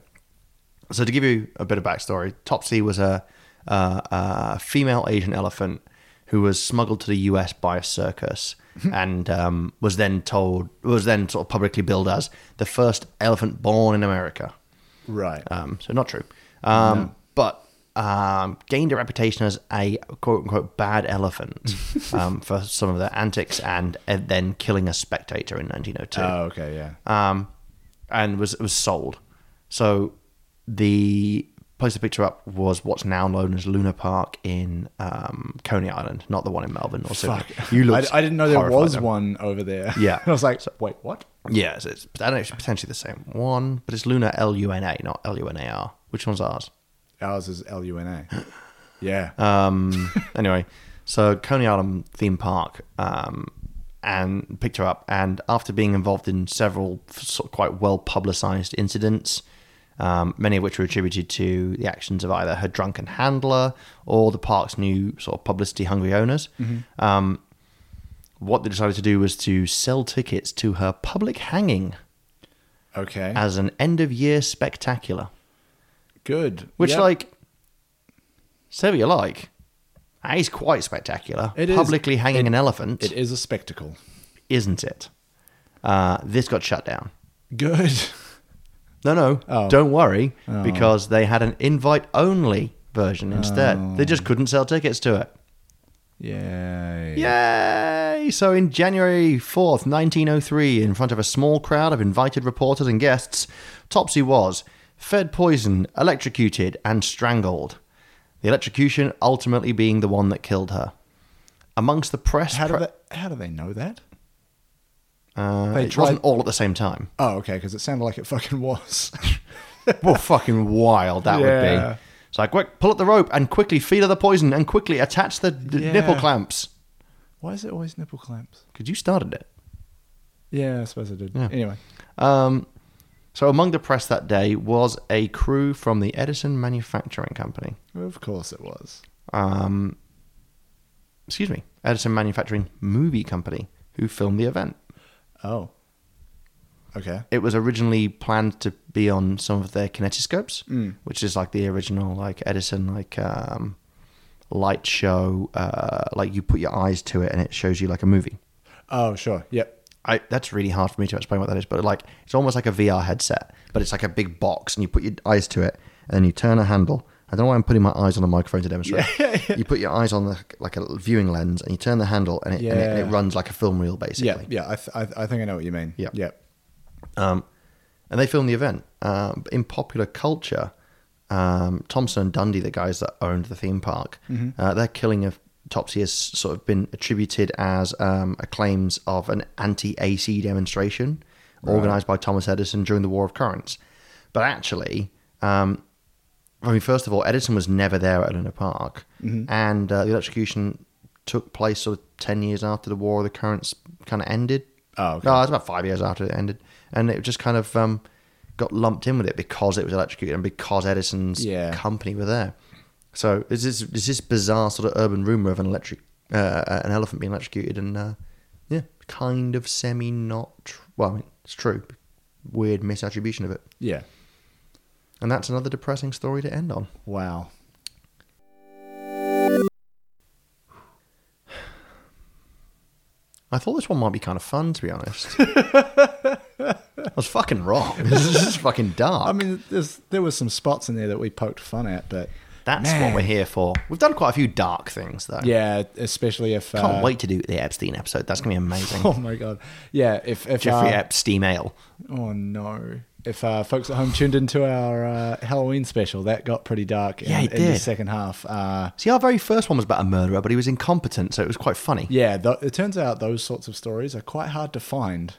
Speaker 2: So to give you a bit of backstory, Topsy was a, uh, a female Asian elephant who was smuggled to the U.S. by a circus and um, was then told was then sort of publicly billed as the first elephant born in America.
Speaker 1: right.
Speaker 2: Um, so not true, um, but um, gained a reputation as a quote unquote bad elephant um, for some of their antics and, and then killing a spectator in 1902
Speaker 1: oh, okay, yeah,
Speaker 2: um, and was was sold. So the place to picture up was what's now known as Luna Park in um, Coney Island, not the one in Melbourne or Sydney.
Speaker 1: Fuck.
Speaker 2: You
Speaker 1: I,
Speaker 2: looked
Speaker 1: I didn't know there
Speaker 2: horrified
Speaker 1: was
Speaker 2: then.
Speaker 1: one over there.
Speaker 2: Yeah.
Speaker 1: I was like, wait, what?
Speaker 2: Yeah, so it's, I don't know. It's potentially the same one, but it's Luna L U N A, not L U N A R. Which one's ours?
Speaker 1: Ours is L U N A. Yeah.
Speaker 2: Um, anyway, so Coney Island theme park, um, and picked her up. And after being involved in several sort of quite well publicized incidents, um, many of which were attributed to the actions of either her drunken handler or the park's new sort of publicity hungry owners. Um, what they decided to do was to sell tickets to her public hanging
Speaker 1: Okay.
Speaker 2: as an end of year spectacular.
Speaker 1: Good.
Speaker 2: Which,
Speaker 1: Yep.
Speaker 2: like, say what you like, that is quite spectacular.
Speaker 1: It is.
Speaker 2: Publicly hanging
Speaker 1: It-
Speaker 2: an elephant,
Speaker 1: it is a spectacle.
Speaker 2: isn't it? Uh, this got shut down.
Speaker 1: Good.
Speaker 2: No, no,
Speaker 1: Oh.
Speaker 2: don't worry, because they had an invite only version instead. They just couldn't sell tickets to it.
Speaker 1: Yay.
Speaker 2: Yay! So in January 4th, 1903, in front of a small crowd of invited reporters and guests, Topsy was fed poison, electrocuted, and strangled. The electrocution ultimately being the one that killed her. Amongst the press,
Speaker 1: How do
Speaker 2: pre-
Speaker 1: they? How do they know that?
Speaker 2: uh,
Speaker 1: they
Speaker 2: it
Speaker 1: tried-
Speaker 2: wasn't all at the same time.
Speaker 1: Oh, okay. Because it sounded like it fucking was.
Speaker 2: Well, fucking wild that would
Speaker 1: Yeah.
Speaker 2: be. It's like, quick, pull up the rope and quickly feed her the poison and quickly attach the d-
Speaker 1: Yeah.
Speaker 2: nipple clamps.
Speaker 1: Why is it always nipple clamps?
Speaker 2: Because you started it.
Speaker 1: Yeah, I suppose I did.
Speaker 2: Yeah.
Speaker 1: Anyway.
Speaker 2: Um, so among the press that day was a crew from the Edison Manufacturing Company.
Speaker 1: Of course it was.
Speaker 2: Um, excuse me, Edison Manufacturing Movie Company, who filmed the event.
Speaker 1: Oh. Okay.
Speaker 2: It was originally planned to be on some of their kinetoscopes, which is like the original like Edison like um, light show. Uh, like you put your eyes to it and it shows you like a movie.
Speaker 1: Oh, sure. Yep.
Speaker 2: I, that's really hard for me to explain what that is, but like it's almost like a VR headset, but it's like a big box, and you put your eyes to it, and then you turn a handle. I don't know why I'm putting my eyes on the microphone to demonstrate. You put your eyes on the like a viewing lens, and you turn the handle, and it, and it, and it
Speaker 1: Yeah.
Speaker 2: runs like a film reel basically.
Speaker 1: Yeah. Yeah. I, th- I, th- I think I know what you mean.
Speaker 2: Yeah.
Speaker 1: Yep.
Speaker 2: Um, and they filmed the event. Um, in popular culture, um, Thompson and Dundee, the guys that owned the theme park, uh, their killing of Topsy has sort of been attributed as um, a claims of an anti-AC demonstration organized by Thomas Edison during the War of Currents. But actually, um, I mean, first of all, Edison was never there at Luna Park,
Speaker 1: Mm-hmm.
Speaker 2: and uh, the electrocution took place sort of ten years after the War of the Currents kind of ended.
Speaker 1: Oh, okay.
Speaker 2: no, it was about five years after it ended, and it just kind of um, got lumped in with it because it was electrocuted and because Edison's
Speaker 1: Yeah.
Speaker 2: company were there. So there's this there's this bizarre sort of urban rumor of an electric uh, an elephant being electrocuted, and uh, yeah, kind of semi not tr- well, I mean, it's true. Weird misattribution of it,
Speaker 1: Yeah.
Speaker 2: and that's another depressing story to end on.
Speaker 1: Wow.
Speaker 2: I thought this one might be kind of fun, to be honest. I was fucking wrong. This is just fucking dark.
Speaker 1: I mean, there's, there was some spots in there that we poked fun at, but
Speaker 2: That's
Speaker 1: Man.
Speaker 2: what we're here for. We've done quite a few dark things, though.
Speaker 1: yeah, especially if uh,
Speaker 2: Can't wait to do the Epstein episode. That's going to be amazing.
Speaker 1: Oh my god. Yeah. If if
Speaker 2: Jeffrey
Speaker 1: uh,
Speaker 2: Epstein ale.
Speaker 1: Oh no! If uh, folks at home tuned into our uh, Halloween special, that got pretty dark.
Speaker 2: Yeah,
Speaker 1: in,
Speaker 2: it
Speaker 1: in the
Speaker 2: did.
Speaker 1: second half. Uh,
Speaker 2: See, our very first one was about a murderer, but he was incompetent, so it was quite funny.
Speaker 1: yeah, th- it turns out those sorts of stories are quite hard to find.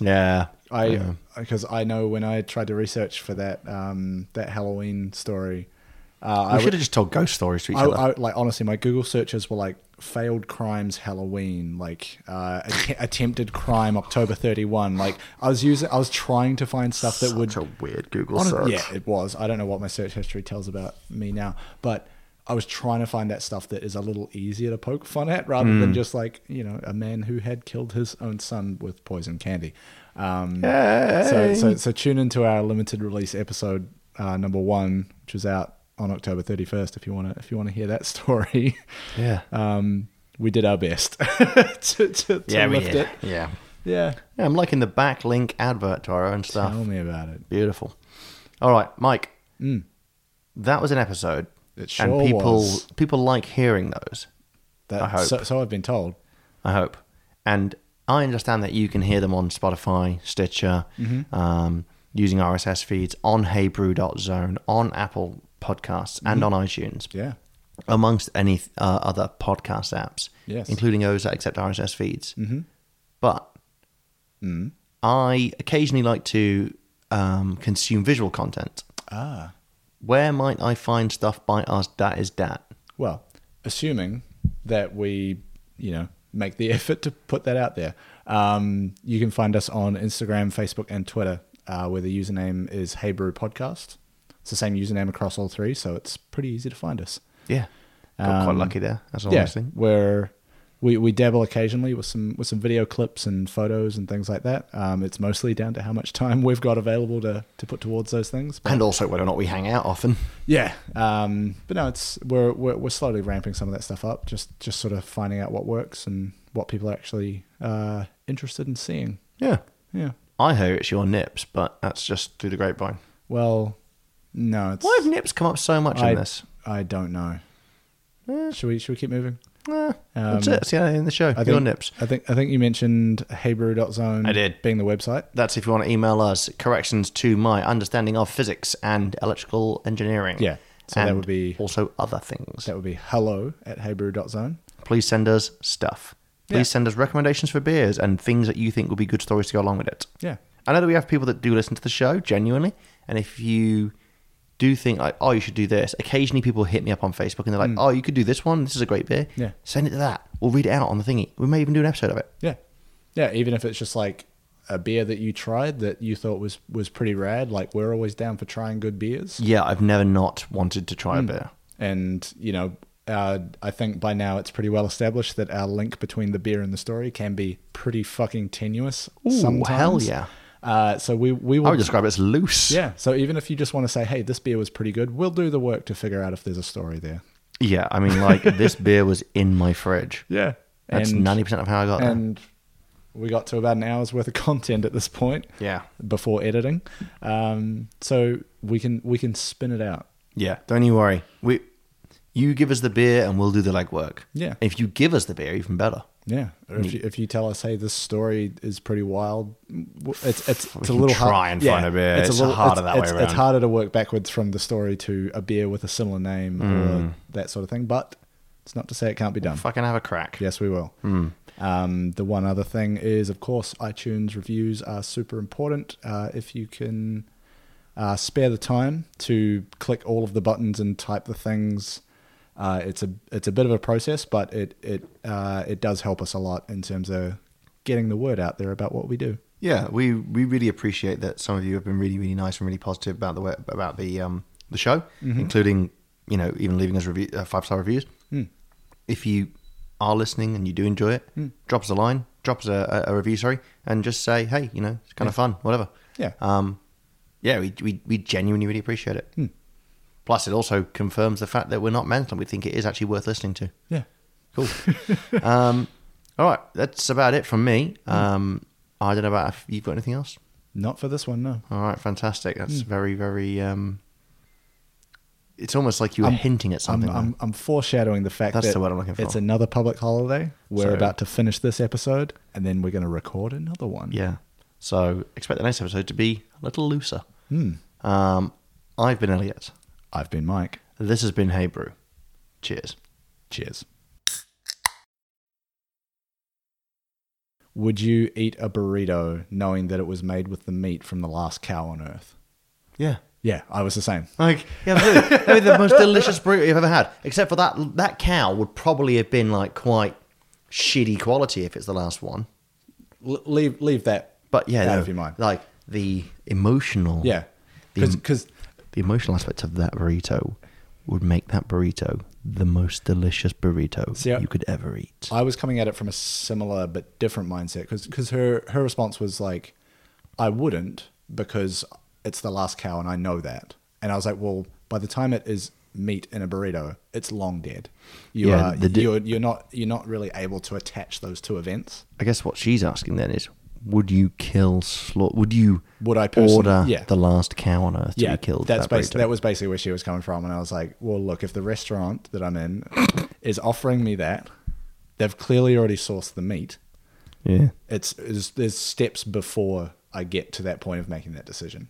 Speaker 2: Yeah.
Speaker 1: I uh, because I know when I tried to research for that um, that Halloween story, uh, I,
Speaker 2: we should
Speaker 1: w-
Speaker 2: have just told ghost stories to each
Speaker 1: I,
Speaker 2: other.
Speaker 1: I- like honestly, my Google searches were like failed crimes Halloween, like uh, att- attempted crime October thirty one. Like I was using, I was trying to find stuff that would
Speaker 2: Such a weird Google
Speaker 1: Honest-
Speaker 2: search.
Speaker 1: Yeah, it was. I don't know what my search history tells about me now, but I was trying to find that stuff that is a little easier to poke fun at rather
Speaker 2: Mm.
Speaker 1: than just like, you know, a man who had killed his own son with poison candy. Um, so, so, so tune into our limited release episode uh, number one, which is out on October 31st. If you want to, if you want to hear that story,
Speaker 2: Yeah.
Speaker 1: um, we did our best to, to, to
Speaker 2: yeah, we
Speaker 1: lift
Speaker 2: did.
Speaker 1: it.
Speaker 2: Yeah.
Speaker 1: Yeah.
Speaker 2: Yeah, I'm liking the back link advert to our own stuff.
Speaker 1: Tell me about it.
Speaker 2: Beautiful. All right, Mike. That was an episode.
Speaker 1: Mm. It sure
Speaker 2: and people
Speaker 1: was.
Speaker 2: people like hearing those.
Speaker 1: That,
Speaker 2: I hope.
Speaker 1: So, so I've been told.
Speaker 2: I hope. And I understand that you can hear them on Spotify, Stitcher,
Speaker 1: Mm-hmm.
Speaker 2: um, using RSS feeds on HeyBrew.zone, on Apple Podcasts, and
Speaker 1: Mm-hmm.
Speaker 2: on iTunes,
Speaker 1: Yeah.
Speaker 2: amongst any uh, other podcast apps,
Speaker 1: Yes. Mm-hmm.
Speaker 2: including those that accept RSS feeds. But
Speaker 1: Mm.
Speaker 2: I occasionally like to um, consume visual content.
Speaker 1: Ah.
Speaker 2: Where might I find stuff by us that is dat?
Speaker 1: Well, assuming that we, you know, make the effort to put that out there, um, you can find us on Instagram, Facebook, and Twitter uh, where the username is Hey Brew Podcast. It's the same username across all three, so it's pretty easy to find us.
Speaker 2: Yeah. Got quite lucky there. That's all
Speaker 1: Um, yeah,
Speaker 2: I'm saying.
Speaker 1: where we, we dabble occasionally with some with some video clips and photos and things like that. Um, it's mostly down to how much time we've got available to, to put towards those things. But
Speaker 2: And also whether or not we hang out often.
Speaker 1: yeah, um, but no, it's we're, we're we're slowly ramping some of that stuff up. Just just sort of finding out what works and what people are actually uh, interested in seeing.
Speaker 2: Yeah.
Speaker 1: Yeah.
Speaker 2: I hear it's your nips, but that's just through the grapevine.
Speaker 1: Well, no, it's
Speaker 2: Why have nips come up so much
Speaker 1: I,
Speaker 2: in this?
Speaker 1: I don't know.
Speaker 2: Eh,
Speaker 1: Should we should we keep moving?
Speaker 2: eh, that's
Speaker 1: Um,
Speaker 2: it. That's the end of the show.
Speaker 1: I
Speaker 2: your
Speaker 1: think-
Speaker 2: nips.
Speaker 1: I think I think you mentioned heybrew.zone
Speaker 2: I did.
Speaker 1: being the website.
Speaker 2: That's if you want to email us corrections to my understanding of physics and electrical engineering.
Speaker 1: Yeah. So that
Speaker 2: and
Speaker 1: would be-
Speaker 2: also other things.
Speaker 1: That would be hello at heybrew.zone.
Speaker 2: Please send us stuff. Please
Speaker 1: Yeah.
Speaker 2: send us recommendations for beers and things that you think would be good stories to go along with it.
Speaker 1: Yeah.
Speaker 2: I know that we have people that do listen to the show genuinely, and if you do think like, oh, you should do this, occasionally people hit me up on Facebook and they're like, oh, you could do this one. This is a great beer.
Speaker 1: Yeah.
Speaker 2: Send it to that. We'll read it out on the thingy. We may even do an episode of it.
Speaker 1: Yeah. Yeah, even if it's just like a beer that you tried that you thought was was pretty rad, like we're always down for trying good beers.
Speaker 2: Yeah, I've never not wanted to try a beer.
Speaker 1: And, you know, uh, I think by now it's pretty well established that our link between the beer and the story can be pretty fucking tenuous sometimes.
Speaker 2: hell yeah.
Speaker 1: Uh, so we we
Speaker 2: I
Speaker 1: will
Speaker 2: would describe it as loose.
Speaker 1: Yeah. So even if you just want to say, hey, this beer was pretty good, we'll do the work to figure out if there's a story there.
Speaker 2: Yeah, I mean, like this beer was in my fridge.
Speaker 1: Yeah.
Speaker 2: That's
Speaker 1: and,
Speaker 2: ninety percent of how I got there.
Speaker 1: And we got to about an hour's worth of content at this point.
Speaker 2: Yeah,
Speaker 1: Before editing. Um, so we can we can spin it out.
Speaker 2: yeah. Don't you worry. We, you give us the beer and we'll do the legwork.
Speaker 1: Yeah.
Speaker 2: If you give us the beer, even better.
Speaker 1: Yeah. Or
Speaker 2: Mm.
Speaker 1: if you, if you tell us, hey, this story is pretty wild, w- it's it's,
Speaker 2: We
Speaker 1: it's a
Speaker 2: can
Speaker 1: little
Speaker 2: try
Speaker 1: hard.
Speaker 2: and find a beer. It's harder that way
Speaker 1: it's,
Speaker 2: around.
Speaker 1: It's harder to work backwards from the story to a beer with a similar name
Speaker 2: Mm.
Speaker 1: or that sort of thing. But it's not to say it can't be done.
Speaker 2: Fucking have a crack.
Speaker 1: Yes, we will.
Speaker 2: Hmm.
Speaker 1: Um, the one other thing is, of course, iTunes reviews are super important. Uh, if you can uh, spare the time to click all of the buttons and type the things, uh, it's a it's a bit of a process, but it it uh, it does help us a lot in terms of getting the word out there about what we do.
Speaker 2: Yeah, we we really appreciate that some of you have been really really nice and really positive about the way, about the um the show, including you know even leaving us review uh, five star reviews. If you are listening and you do enjoy it, drop us a line, drop us a, a, a review, sorry, and just say hey, you know it's kind of fun, whatever.
Speaker 1: Yeah.
Speaker 2: Um, yeah, we we, we genuinely really appreciate it. Plus, it also confirms the fact that we're not mental. We think it is actually worth listening to.
Speaker 1: Yeah.
Speaker 2: Cool. um, all right, that's about it from me. Um, I don't know about if you've got anything else.
Speaker 1: Not for this one, no.
Speaker 2: All right, fantastic. That's very, very. Um, it's almost like you were
Speaker 1: I'm-
Speaker 2: hinting at
Speaker 1: I'm,
Speaker 2: something.
Speaker 1: I'm, I'm foreshadowing the fact
Speaker 2: That's
Speaker 1: that
Speaker 2: the word I'm looking for.
Speaker 1: it's another public holiday. We're
Speaker 2: So-
Speaker 1: about to finish this episode, and then we're going to record another one.
Speaker 2: yeah. So expect the next episode to be a little looser.
Speaker 1: Hmm.
Speaker 2: Um, I've been Elliot.
Speaker 1: I've been Mike.
Speaker 2: This has been Hey Brew. Cheers.
Speaker 1: Cheers. Would you eat a burrito knowing that it was made with the meat from the last cow on earth?
Speaker 2: Yeah.
Speaker 1: Yeah, I was the same.
Speaker 2: Like, yeah, absolutely. That'd be the most delicious burrito you've ever had. Except for that, that cow would probably have been like quite shitty quality if it's the last one.
Speaker 1: L- leave leave that.
Speaker 2: But yeah,
Speaker 1: out
Speaker 2: no,
Speaker 1: of your mind.
Speaker 2: like the emotional,
Speaker 1: Yeah,
Speaker 2: The-
Speaker 1: because
Speaker 2: the emotional aspect of that burrito would make that burrito the most delicious burrito
Speaker 1: See, I-
Speaker 2: you could ever eat.
Speaker 1: I was coming at it from a similar but different mindset because her her response was like, I wouldn't because it's the last cow and I know that. And I was like, well, by the time it is meat in a burrito, it's long dead. You
Speaker 2: Yeah,
Speaker 1: are
Speaker 2: the di-
Speaker 1: you're you're not you're not really able to attach those two events.
Speaker 2: I guess what she's asking then is, would you kill slaughter? Would you
Speaker 1: Would I person-
Speaker 2: order
Speaker 1: yeah.
Speaker 2: the last cow on earth to
Speaker 1: yeah,
Speaker 2: be killed?
Speaker 1: That's
Speaker 2: for that
Speaker 1: basi-
Speaker 2: burrito?
Speaker 1: that was basically where she was coming from, and I was like, well, look, if the restaurant that I'm in is offering me that, they've clearly already sourced the meat.
Speaker 2: yeah.
Speaker 1: It's, it's there's steps before I get to that point of making that decision.